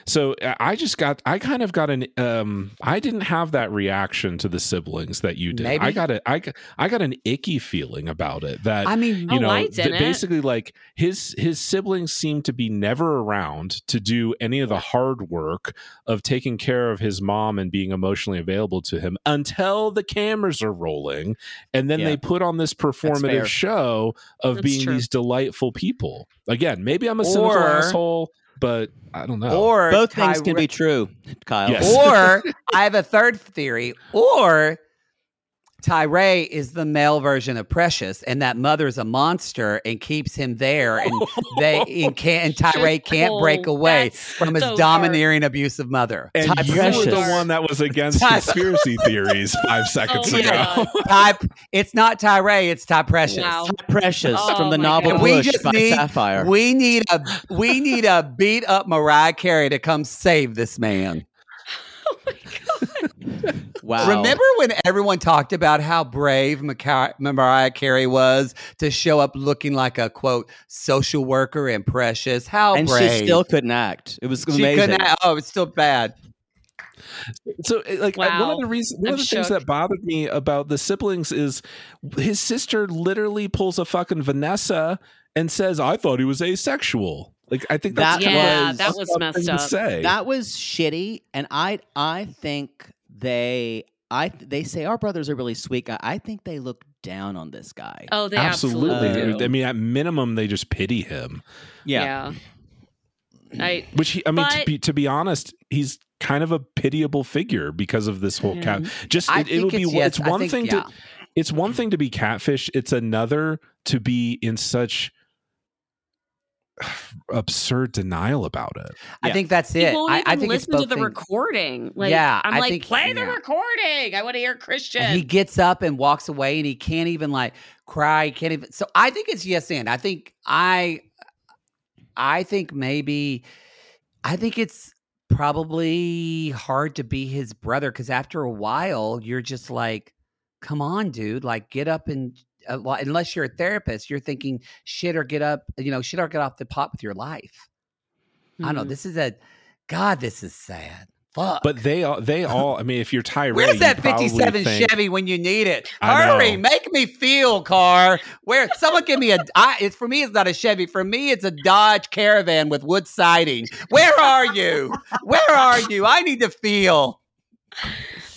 I: So uh, I just got I kind of got an um I didn't have that reaction to the siblings that you did.
G: Maybe.
I: I got a I g- I got an icky feeling about it that
G: I mean,
I: you
G: Oh,
I: know
G: I
I: th-
G: didn't.
I: basically like his his siblings seem to be never around to do any of the hard work of taking care of his mom and being emotionally available to him until the cameras are rolling and then
J: Yeah.
I: they put on this
J: fair.
I: performative show of
H: That's
I: being
H: true.
I: these delightful people. Again, maybe I'm a cynical
J: Or-
I: asshole, but I don't know.
G: Or
J: Both things can
G: Tyra-
J: be true, Kyle.
I: Yes.
G: Or I have a third theory. Or Tyray is the male version of Precious, and that mother's a monster and keeps him there, and they and can't and Tyray can't break
H: Oh,
G: away
H: that's
G: from his
H: so
G: domineering, abusive mother.
I: And
G: Ty
I: you
G: Precious.
I: were the one that was against
G: Ty-
I: conspiracy theories five
G: *laughs*
I: seconds
H: my
I: ago.
H: God.
G: Ty, it's not Tyray, it's Ty Precious.
H: Wow.
J: Precious
H: Oh
J: from the
H: my
J: novel
H: God.
G: We
J: Bush
G: just
J: by
G: need-
J: Sapphire.
G: We need a we need a beat up Mariah Carey to come save this man.
J: wow.
G: Remember when everyone talked about how brave Maca- Mariah Carey was to show up looking like a quote social worker and precious? How
J: and
G: brave
J: she still couldn't act. It was
G: She
J: amazing.
G: couldn't. ha- Oh, it's still bad.
I: So, uh, like, uh, one
H: Wow.
I: of the reasons, one
H: I'm
I: of the things
H: shook.
I: that bothered me about the siblings is his sister literally pulls a fucking Vanessa and says, "I thought he was asexual." Like, I think that's
J: That
I: kind of
H: yeah,
J: was-
H: that was
I: a
H: messed
I: thing to
H: up.
I: say.
J: That was shitty, and I I think they I they say our brothers are really sweet. I, I think they look down on this guy.
H: Oh, they absolutely.
I: absolutely.
J: do.
I: I mean, at minimum, they just pity him.
H: Yeah. I
I: Which he, I mean, to
H: But-
I: be, to be honest, he's kind of a pitiable figure because of this whole cat. Just
G: I
I: it, it
G: think
I: would be
G: it's-
I: one-
G: yes,
I: it's
G: I
I: one
G: think-
I: thing
G: yeah.
I: to it's one thing to be catfish. It's another to be in such absurd denial about it.
G: I think that's
H: He
G: it.
H: won't
G: I,
H: even
G: I think it's
H: listen to
G: both
H: the
G: things.
H: recording. Like,
G: Yeah,
H: I'm
G: I
H: like,
G: think-
H: play the
G: yeah.
H: recording. I want to hear Christian.
G: And he gets up and walks away, and he can't even like cry. He can't even. So I think it's yes and. I think I, I think maybe, I think it's probably hard to be his brother because after a while you're just like, come on, dude, like get up and. Uh, well, unless you're a therapist, you're thinking shit or get up. You know, shit or get off the pot with your life. I don't know.
H: Mhm.
G: This is a, God, this is sad. Fuck.
I: But they all they all. I mean, if you're Tyree,
G: Where's that 57
I: think,
G: Chevy when you need it?
I: I
G: Hurry,
I: know.
G: make me feel, car. Where someone give me a I, it's for me it's not a Chevy. For me it's a Dodge Caravan with wood siding. Where are you? Where are you? I need to feel.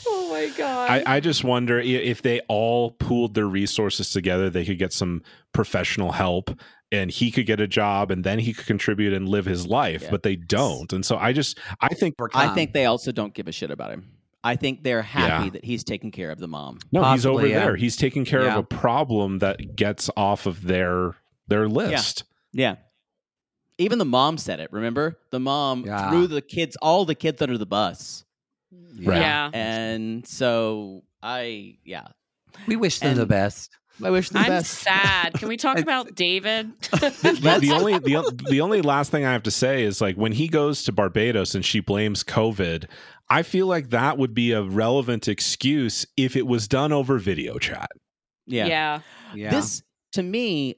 H: oh my god.
I: I, I just wonder i- if they all pooled their resources together, they could get some professional help and he could get a job and then he could contribute and live his life,
J: Yeah.
I: but they don't. And so I just, I think,
J: I
G: Um,
J: think they also don't give a shit about him. I think they're happy
I: Yeah.
J: that he's taking care of the mom.
I: no, he's
G: possibly,
I: over
G: yeah.
I: there. He's taking care
J: Yeah.
I: of a problem that gets off of their, their
J: *laughs*
I: list.
J: Yeah. Even the mom said it. Remember, the mom
G: Yeah.
J: threw the kids, all the kids under the bus,
I: Right.
H: Yeah.
J: and so I, yeah,
G: We wish them the
J: And-
G: best.
J: I wish the
H: I'm
J: best.
H: sad.
G: *laughs*
H: Can we talk about David? *laughs*
I: the, the only
J: *laughs*
I: the, on- the only last thing I have to say is like when he goes to Barbados and she blames COVID, I feel like that would be a relevant excuse if it was done over video chat.
J: Yeah,
H: yeah.
G: Yeah.
J: This to me,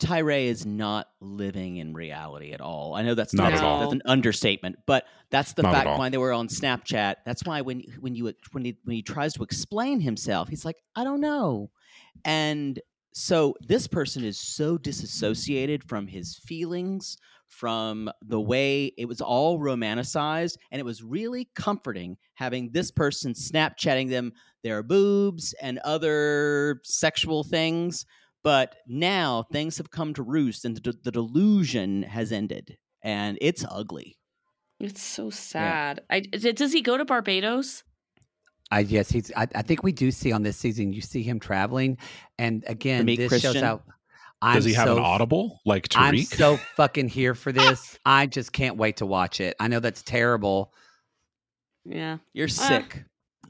J: Tyree is not living in reality at all. I know that's
C: Not
J: that's,
C: at all.
J: That's an understatement, but that's the
C: Not at
J: fact
C: all.
J: why they were on Snapchat. That's why when when you when he when he tries to explain himself, he's like, I don't know, and so this person is so disassociated from his feelings, from the way it was all romanticized, and it was really comforting having this person Snapchatting them their boobs and other sexual things. But now things have come to roost, and the, the delusion has ended, and it's ugly.
G: *laughs*
H: It's so sad. I d- does he go to Barbados?
G: I yes, he's. I, I think we do see on this season. You see him traveling, and again,
I: meet
G: this shows
I: Christian?
G: out.
I: Does he have an audible, like
G: I'm
I: Tariq?
G: so fucking here for this. I just can't wait to watch it. I know that's terrible,
H: Yeah.
J: You're
H: sick.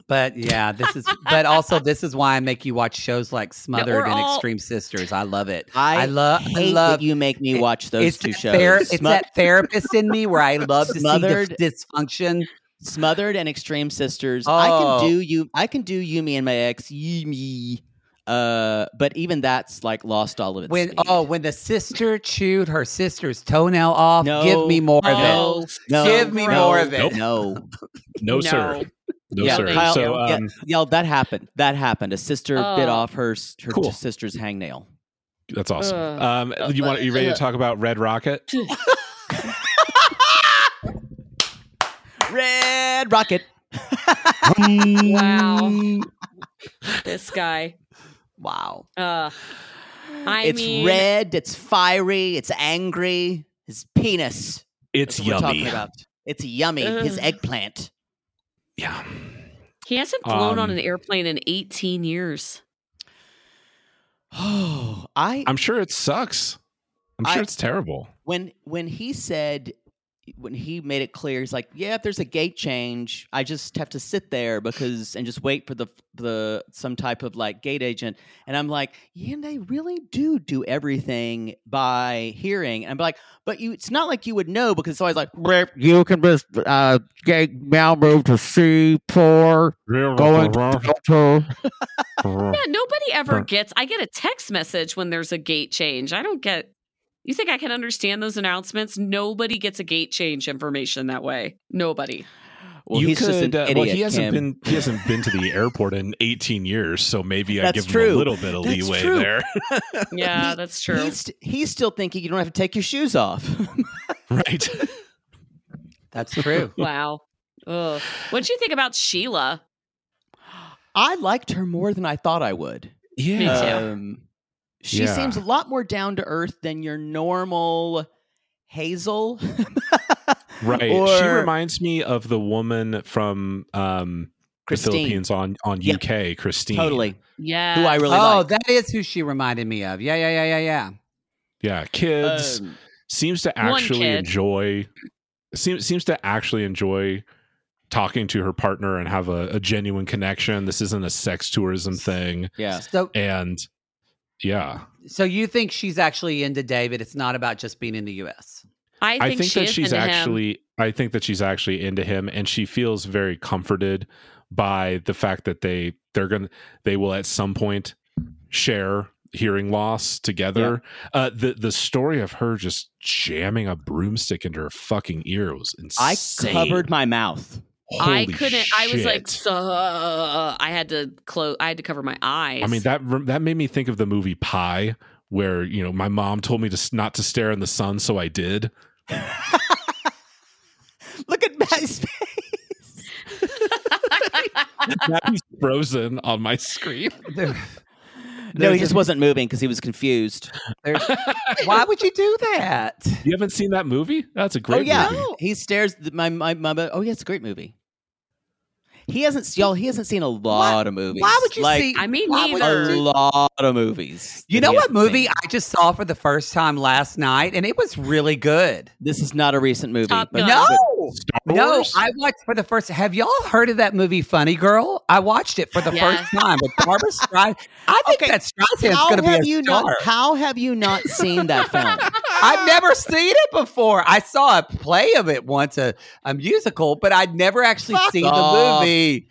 G: but yeah, this is. but also, this is why I make you watch shows
J: *laughs*
G: like Smothered
J: we're
G: and
J: all-
G: Extreme Sisters. I love it.
J: I,
G: love. I
J: hate that
G: love
J: you make me watch those
G: it's
J: two
G: that
J: shows.
G: thera- it's that therapist in me where I love to see the
J: smothered
G: dysfunction.
J: Smothered and extreme sisters. I can
G: Oh.
J: do you. I can do you, me, and my ex. You, me. Uh, but even that's like lost all of its.
G: when oh when the sister chewed her sister's toenail off
J: No,
G: give me more
J: no,
G: of it
J: no,
G: give me
J: no,
G: more of it
J: nope. No.
I: No, sir. No,
J: yeah,
I: sir.
J: Kyle,
I: so,
J: yeah,
I: um,
J: y'all, that happened. That happened. A sister bit
I: Oh.
J: off her s- her
I: Cool.
J: sister's hangnail.
I: That's awesome.
J: Ugh.
I: um, you want? You ready to
J: Ugh.
I: talk about Red Rocket?
J: Red Rocket.
H: wow. This guy.
J: Wow.
H: Uh, I
J: it's
H: mean,
J: red. It's fiery. It's angry. His penis.
I: It's
J: That's what We're talking
I: yummy.
J: about. It's yummy. His
H: Ugh.
J: eggplant.
H: He hasn't flown on
I: Um,
H: an airplane in 18 years.
J: Oh, *gasps* I.
I: I'm sure it sucks. I'm sure
J: I-
I: it's terrible.
J: when when he said when he made it clear he's like yeah if there's a gate change i just have to sit there because and just wait for the the some type of like gate agent and i'm like yeah and they really do do everything by hearing and i'm like but you it's not like you would know because it's always like
L: You can just uh, get now move to C4, going
I: *laughs*
L: to Delta.
H: Yeah, nobody ever
L: Huh.
H: gets. I get a text message when there's a gate change. I don't get. You think I can understand those announcements? Nobody gets a gate change information that way. Nobody.
J: Well,
I: you
J: he's just
I: could,
J: an
I: uh, well,
J: idiot,
I: he hasn't
J: Kim.
I: been he hasn't been to the airport in 18 years, so maybe I
J: That's
I: give him
J: true.
I: a little bit of
J: That's
I: leeway
J: true.
I: there. *laughs*
H: *laughs* Yeah, that's true.
J: he's he's still thinking you don't have to take your shoes off
I: right
J: that's true
H: Wow. Ugh. What'd you think about Sheila?
J: I liked her more than I thought I would.
I: Yeah.
H: Me too.
J: Um, she
I: Yeah.
J: seems a lot more down to earth than your normal Hazel.
I: Right. she
J: *laughs* Or-
I: reminds me of the woman from um
J: Christine.
I: the Philippines on on
J: Yeah.
I: UK, Christine.
J: Totally.
H: Yeah.
G: oh that is who she reminded me of yeah yeah yeah yeah yeah
I: Yeah, kids
J: Um,
I: seems to
G: one
I: actually
G: kid.
I: enjoy seems seems to actually enjoy talking to her partner and have a, a genuine connection. This isn't a sex tourism thing.
J: Yeah.
G: So-
I: and yeah.
G: so you think she's actually into David it's not about just being in the US
H: I
I: I think, that she's actually I think that she's actually into him and she feels very comforted by the fact that they they're going to they will at some point share hearing loss together. Uh the the story of her just jamming a broomstick into her fucking ear was
J: I
I: insane.
J: covered
G: *laughs*
J: my mouth.
H: I
I: Holy
H: couldn't. I was like,
I: shit.
H: "Suh." I had to close. I had to cover my eyes.
I: I mean that rem- that made me think of the movie Pie where, you know, my mom told me to s- not to stare in the sun so I did.
J: Look at Matt's face.
I: That was frozen on my screen.
J: *laughs* No, he just wasn't moving because he was confused.
G: *laughs* why would you do that
I: You haven't seen that movie? That's a great
J: oh yeah,
I: movie.
J: he stares. th- My, my my my- Oh yeah, it's a great movie. He hasn't y'all. He hasn't seen a lot of movies.
G: why would you
J: like,
G: see- I mean,
J: why would
G: neither.
J: a lot of movies?
G: you
J: that
G: know
J: he
G: what
J: hasn't seen.
G: movie I just saw for the first time last night and it was really good
J: This is not a recent movie.
G: Top
J: but-
G: Gun. No! No, I watched for the first. Have y'all heard of that movie, Funny Girl? I watched it for the
J: Yes.
G: first time with Barbara *laughs* Streisand. I think that Streisand's going to be a
J: you
G: star.
J: *laughs* not? How have you not
G: *laughs*
J: seen that film?
G: I've never seen it before. I saw a play of it once, a, a musical, but I'd never actually
J: Fuck
G: seen
J: off.
G: the movie.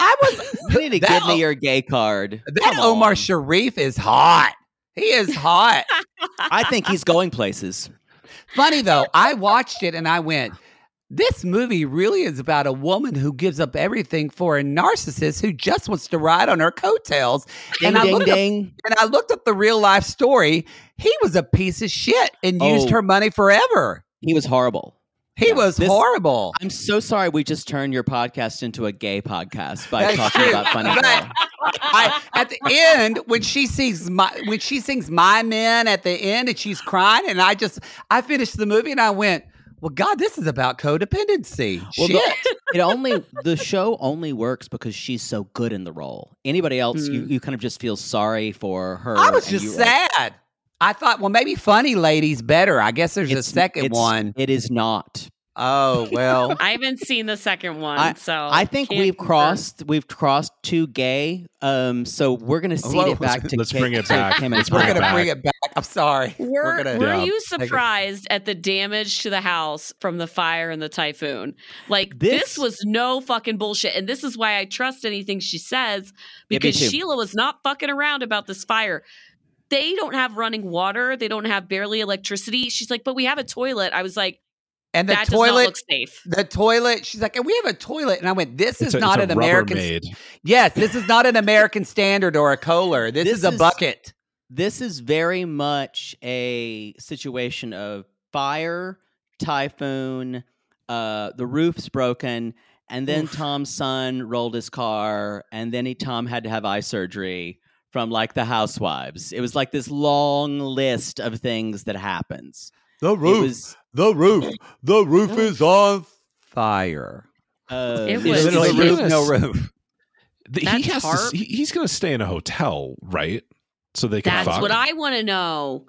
G: I was.
J: You need to give me your gay card. *laughs*
G: That Omar Sharif is hot. He is hot.
J: I think he's
G: *laughs*
J: going places.
G: Funny though, I watched it and I went, this movie really is about a woman who gives up everything for a narcissist who just wants to ride on her coattails. and I
J: ding,
G: looked
J: ding.
G: Up, and I looked up the real life story. He was a piece of shit and used
J: Oh.
G: her money forever.
J: He was horrible.
G: He was horrible.
J: I'm so sorry we just turned your podcast into a gay podcast by
G: That's
J: talking
G: true.
J: about funny
G: But
J: girl.
G: I, at the end, when she sings my when she sings my men at the end, and she's crying, and I just I finished the movie and I went, well, God, this is about codependency.
J: Well,
G: shit. *laughs*
J: the- it only the show only works because she's so good in the role. Anybody else, you, you kind of just feel sorry for her.
G: Hmm. I was
J: and
G: just
J: you are-
G: sad. I thought, well, maybe funny ladies better. I guess there's a second
J: it's-
G: one.
J: It is not.
G: Oh *laughs* well.
H: *laughs* I haven't seen the second one,
J: I,
H: so
J: I think
H: Um, can't
J: we've
H: confirm.
J: crossed we've crossed two gay. Um, so we're gonna cede
G: Whoa.
J: it back to
I: Let's
J: gay-
I: bring it
J: to
I: back.
J: Kim and
I: Let's bring
J: Tom.
I: it back.
G: Bring it back. I'm sorry.
H: Were,
G: We're gonna-
H: were
I: Yeah.
H: you
G: Take it.
H: surprised at the damage to the house from the fire and the typhoon? Like this,
J: This-
H: was no fucking bullshit, and this is why I trust anything she says
J: Yeah, me
H: because
J: too.
H: Sheila was not fucking around about this fire. They don't have running water. They don't have barely electricity. She's like, but we have a toilet. I was like,
G: And the
H: that does not
G: toilet,
H: look safe.
G: the toilet. She's like, and we have a toilet, and I went, this
I: It's
G: is
I: a-
G: not
I: it's
G: an
I: a
G: American.
I: Rubbermaid.
G: Yes, this is not an American standard or a Kohler. This,
J: This
G: is a
J: is-
G: bucket.
J: This is very much a situation of fire, typhoon, uh, the roof's broken, and then Tom's son rolled his car, and then he Tom had to have eye surgery from like the housewives. It was like this long list of things that happens.
G: The
J: It was
G: the roof, the roof is on fire.
J: uh,
H: It
J: it
H: was-
J: was
H: Literally
J: like-
I: roof, no
G: roof.
I: The-
H: That
I: he has to,
H: tarp-
I: he, he's going to stay in a hotel, right? So they can
H: That's
I: fuck.
H: what I want to know.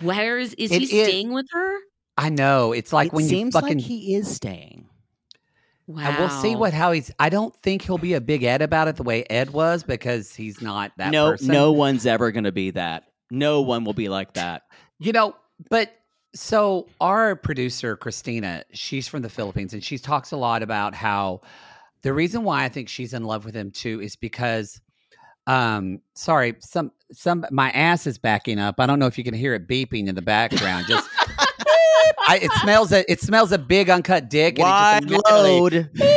H: Where is is
G: It
H: he
G: is-
H: staying with her?
G: *laughs* I know. It's like
J: it
G: when you
J: seems
G: fucking.
J: like he is staying.
H: Wow.
G: and we'll see what how he's. I don't think he'll be a big Ed about it the way Ed was because he's not that
J: no,
G: person.
J: no one's ever going to be that. No one will be like *laughs* that.
G: You know, but so our producer, Christina, she's from the Philippines and she talks a lot about how the reason why I think she's in love with him too is because um sorry, some some my ass is backing up. I don't know if you can hear it beeping in the background.
J: *laughs*
G: Just I, it smells a it smells a big uncut dick.
J: Wide
G: and it just immediately-
J: *laughs* load.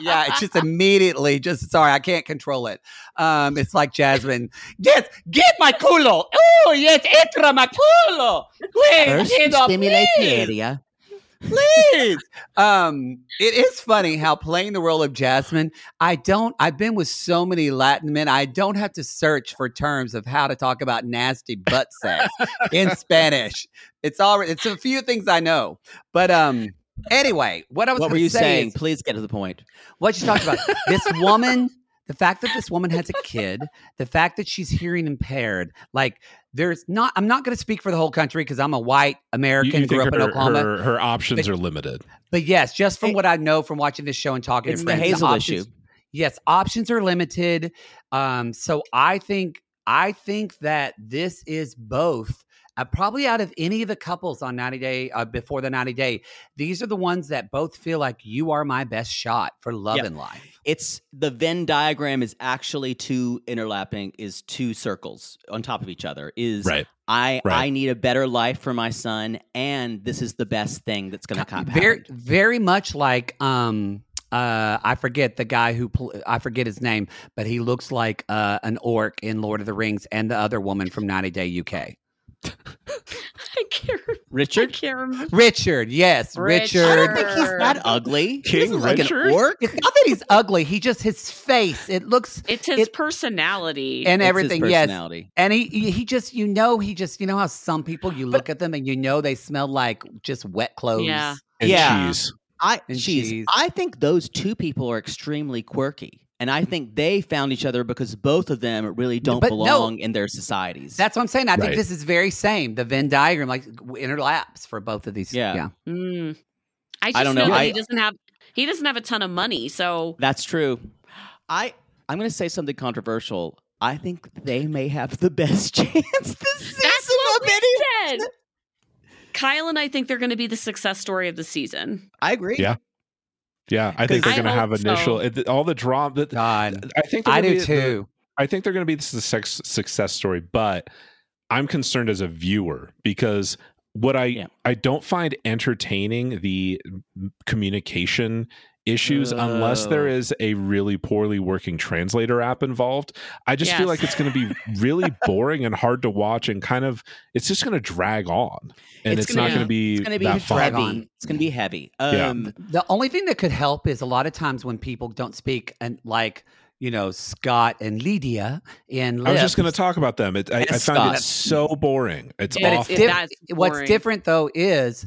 G: yeah, it's just immediately just sorry, I can't control it. Um, it's like Jasmine. Yes, get my culo. Oh yes, entra my culo. Please,
J: First, you
G: kiddo,
J: stimulate the
G: please,
J: area.
G: please. um, it is funny how playing the role of Jasmine. I don't. I've been with so many Latin men. I don't have to search for terms of how to talk about nasty butt sex in Spanish. It's all. It's a few things I know, but um. Anyway, what I was
J: What were
G: gonna
J: you
G: say
J: saying?
G: is-
J: Please get to the point.
G: what you talked about. this woman, the fact that this woman has a kid, the fact that she's hearing impaired, like there's not. I'm not going to speak for the whole country because I'm a white
I: You,
G: American,
I: you
G: grew
I: think
G: up in
I: her,
G: Oklahoma.
I: her, her options are limited.
G: But yes, just from
J: It-
G: what I know from watching this show and talking
J: It's
G: to
J: the
G: friends,
J: Hazel
G: options-
J: issue.
G: Yes, options are limited. Um, so I think I think that this is both. Uh, probably out of any of the couples on 90 Day uh, before the 90 Day, these are the ones that both feel like you are my best shot for love
J: Yeah.
G: and life.
J: It's the Venn diagram is actually two interlapping is two circles on top of each other. Is
I: Right.
J: I
I: Right.
J: I need a better life for my son, and this is the best thing that's going to happen.
G: very very much like um uh I forget the guy who pl- I forget his name, but he looks like uh an orc in Lord of the Rings and the other woman from 90 Day UK.
H: *laughs* I can't, rem- I
J: Richard.
H: can't remember.
G: Richard, yes,
J: I
G: Richard.
J: don't think he's that ugly. He
I: King
J: doesn't look
I: Richard?
J: An orc.
G: It's not that he's ugly, he just his face, it looks
H: It's his
G: It-
H: personality.
G: and
J: It's his
G: everything, yes.
J: personality.
G: And he he he just you know he just you know how some people you look at them and you know they smell like just wet clothes.
H: Yeah.
I: And
J: Yeah.
I: cheese.
J: I
G: And
J: geez,
G: cheese.
J: I think those two people are extremely quirky. And I think they found each other because both of them really don't
G: But no.
J: belong in their societies.
G: That's what I'm saying. I
I: Right.
G: think this is very same. The Venn diagram like interlaps for both of these.
J: Yeah.
H: Mm. I just
J: I don't
H: know,
J: know.
H: that
J: I-
H: he doesn't have he doesn't have a ton of money, so
J: *laughs* That's true. I I'm going to say something controversial. I think they may have the best *laughs* chance this
H: that's
J: season
H: what
J: of
H: we
J: any.
H: said. Kyle and I think they're going to be the success story of the season.
J: I agree.
I: Yeah. Yeah, I think
J: 'Cause
I: they're going
H: I
I: to have
H: hope so.
I: initial all the drama. That
G: God.
I: I think they're
G: I
I: gonna
G: do
I: be-
G: too.
I: I think they're going to be this is a sex, success story, but I'm concerned as a viewer because what I I don't find entertaining the communication issues unless there is a really poorly working translator app involved. I just feel
H: Yes.
I: like it's going to be
G: *laughs*
I: really boring and hard to watch and kind of it's just going to drag on and it's,
G: gonna
I: not going to be,
G: it's gonna
I: that fun.
G: heavy.
J: It's gonna be heavy.
I: Yeah.
J: Um,
G: the only thing that could help is a lot of times when people don't speak and like you know Scott and Lydia and
I: I was
G: Lips,
I: just going to talk about them. It, I, I
G: Yes,
I: found
G: Scott.
I: it so boring. It's
G: but
I: awful.
G: diff-
H: That's
G: what's
H: boring.
G: different though is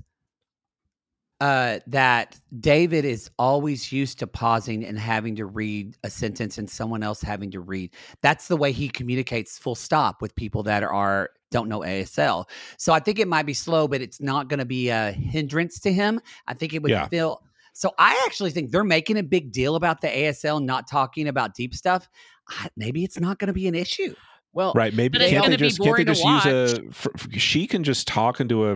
G: uh, that David is always used to pausing and having to read a sentence and someone else having to read. That's the way he communicates full stop with people that are don't know ASL. So I think it might be slow, but it's not going to be a hindrance to him. I think it would
I: Yeah.
G: feel so I actually think they're making a big deal about the ASL not talking about deep stuff. I- Maybe it's not going to be an issue. *laughs*
J: Well,
I: right? Maybe
G: But it's
I: can't they
G: gonna be
I: just can't they
G: boring to
I: just use a? f- f- she can just talk into a.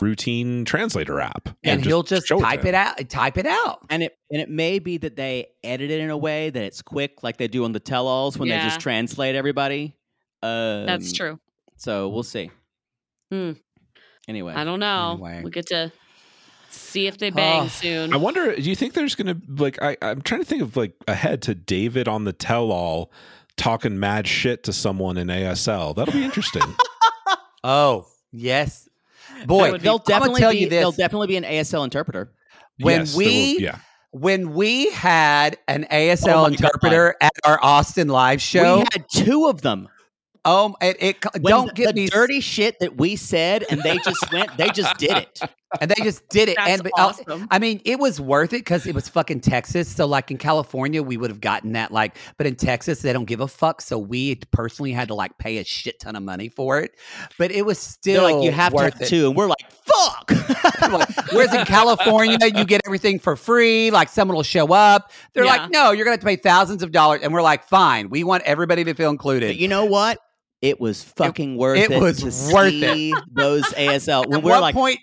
I: routine translator app
G: And he'll just
I: show
G: type
I: to
G: it out. Type it out.
J: And it and it may be that they edit it in a way that it's quick, like they do on the tell-alls when they
H: Yeah.
J: just translate everybody. Um,
H: That's true.
J: So we'll see.
H: Hmm.
J: Anyway,
H: I don't know.
J: Anyway.
H: We get to see if they bang
I: Oh.
H: soon.
I: I wonder. Do you think there's gonna like? I, I'm trying to think of like ahead to David on the tell-all talking mad shit to someone in ASL. That'll be interesting.
G: Oh, yes. Boy,
J: they'll definitely
G: tell
J: be,
G: you this.
J: They'll definitely be an ASL interpreter.
G: *laughs* when
J: Yes, there
G: we
J: will- yeah.
G: when we had an ASL
J: Oh my
G: interpreter at our Austin live show,
J: We had two of them.
G: Um, it, it
J: When
G: don't
J: the,
G: get
J: the
G: me
J: dirty shit that we said, and they just went.
G: *laughs*
J: They just did it.
G: and they just did it. and
J: That's
M: oh.
G: but, uh,
J: awesome.
G: I mean, it was worth it because it was fucking Texas. So like in California, we would have gotten that like, but in Texas, they don't give a fuck. So we personally had to like pay a shit ton of money for it. But it was still
J: They're like, you have to
G: worth
J: have
G: it.
J: two, and we're like,
G: Whereas in California, you get everything for free. Like someone will show up. They're
J: Yeah.
G: like, no, you're going to have to pay thousands of dollars. And we're like, fine. We want everybody to feel included.
J: *laughs* But you know what? It was fucking worth it.
G: it was
J: to
G: worth
J: see
G: it.
J: Those ASL.
G: *laughs*
J: When
G: At
J: we're
G: one
J: like,
G: point,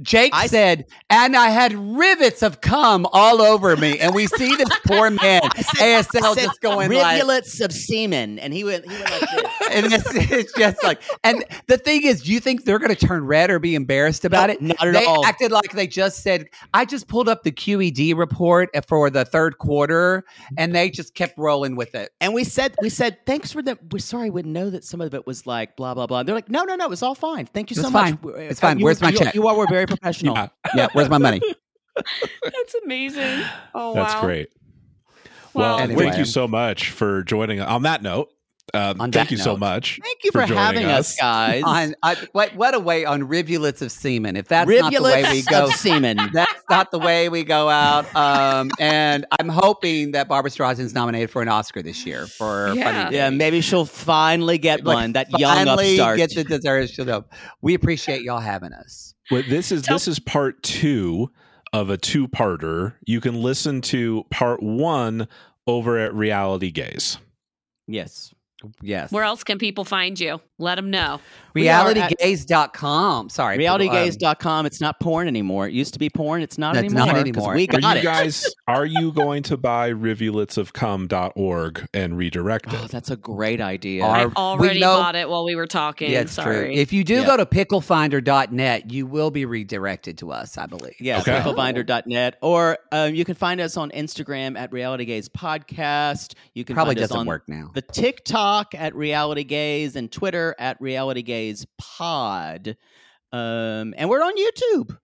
G: Jake said, and I had rivets of cum all over me. And we see this poor man, ASL,
J: said
G: just going like,
J: rivulets of semen, and he went. He went like this.
G: *laughs* and this is just like, and the thing is, you think they're going to turn red or be embarrassed about it?
J: not at
G: they
J: all.
G: acted like they just said, I just pulled up the QED report for the third quarter, and they just kept rolling with it.
J: And we said, we said, thanks for the. We're sorry, we didn't know that some of it was like blah blah blah. And they're like, no, no, no, it's all fine. Thank you
G: It's
J: so
G: fine.
J: much. uh,
G: It's fine.
J: You-
G: Where's my
J: you-
G: check?"
J: You all were very professional.
G: Yeah. Yeah, where's my money?
H: *laughs* That's amazing. Oh,
I: That's
H: wow.
I: great.
H: Well,
I: Well,
H: Anyway.
I: thank you so much for joining. On that note, um, thank
G: that
I: you so
G: note.
I: much. joining
G: *laughs* On, I, what, what a way on rivulets of semen. If that's not the way
J: Rivulets
G: we go,
J: of semen.
G: *laughs* That's not the way we go out. Um, and I'm hoping that Barbara Streisand's nominated for an Oscar this year for
J: Yeah.
G: Funny
J: Yeah, maybe she'll finally get one, that young upstart.
G: get the deserved shut up. We appreciate y'all having us.
I: Well, this is this is part two of a two-parter. You can listen to part one over at Reality Gaze.
J: Yes.
G: Yes.
H: Where else can people find you? Let them know.
G: RealityGaze.com. Sorry. people, um,
J: realitygaze.com. It's not porn anymore. It used to be porn. It's not
G: That's
J: anymore.
G: not
J: 'cause
G: anymore.
J: We
I: Are
J: got
I: you
J: it.
I: guys are you going to buy rivuletsofcom.org and redirect it? Oh,
J: that's a great idea.
H: I
G: we
H: already
G: know-
H: bought it while we were talking.
G: Yeah, it's
H: Sorry.
G: true. If you do
J: Yeah.
G: go to picklefinder.net, you will be redirected to us, I believe.
J: Yeah, picklefinder.net. Or um, you can find us on Instagram at Reality Gaze Podcast. You can
G: Probably
J: find us
G: doesn't
J: on
G: work now.
J: The TikTok at Reality Gaze and Twitter at Reality Gaze Pod. Um, and we're on YouTube.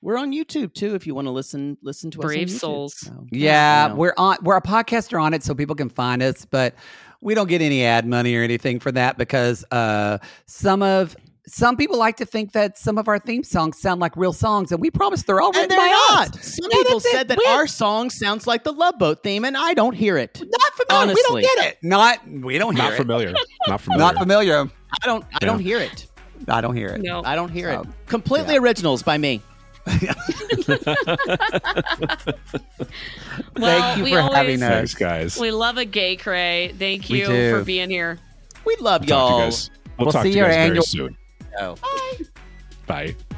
J: We're on YouTube too. If you want to listen, listen to us. on
H: Brave
J: YouTube. Oh,
H: souls.
G: Yeah,
J: No.
G: we're on. We're a podcaster on it, so people can find us. But we don't get any ad money or anything for that because uh, some of some people like to think that some of our theme songs sound like real songs, and we promise they're all written
J: And they're
G: by
J: not.
G: us.
J: Some
G: Yeah,
J: people
G: that's it.
J: said that
G: We-
J: our song sounds like the Love Boat theme, and I don't hear it.
G: not familiar.
J: Honestly,
G: We don't get it. Not we don't hear
I: Not
G: it.
I: familiar. Not familiar.
G: Not familiar.
J: I don't. I
G: Yeah. Oh.
J: don't hear it.
G: I don't hear it.
H: Oh.
J: No. I don't hear it. Completely originals by me.
H: Well,
J: Thank you
H: we
J: for
H: always,
J: having us.
I: Thanks, guys.
H: We love a gay cray. Thank
I: We
H: you
I: do.
H: for being here.
J: We love
I: Talk to
J: y'all.
I: you guys. We'll,
J: We'll
I: talk
J: see
I: to you
J: you
I: guys
J: at
I: very
J: annual-
I: soon.
G: Bye.
I: Bye.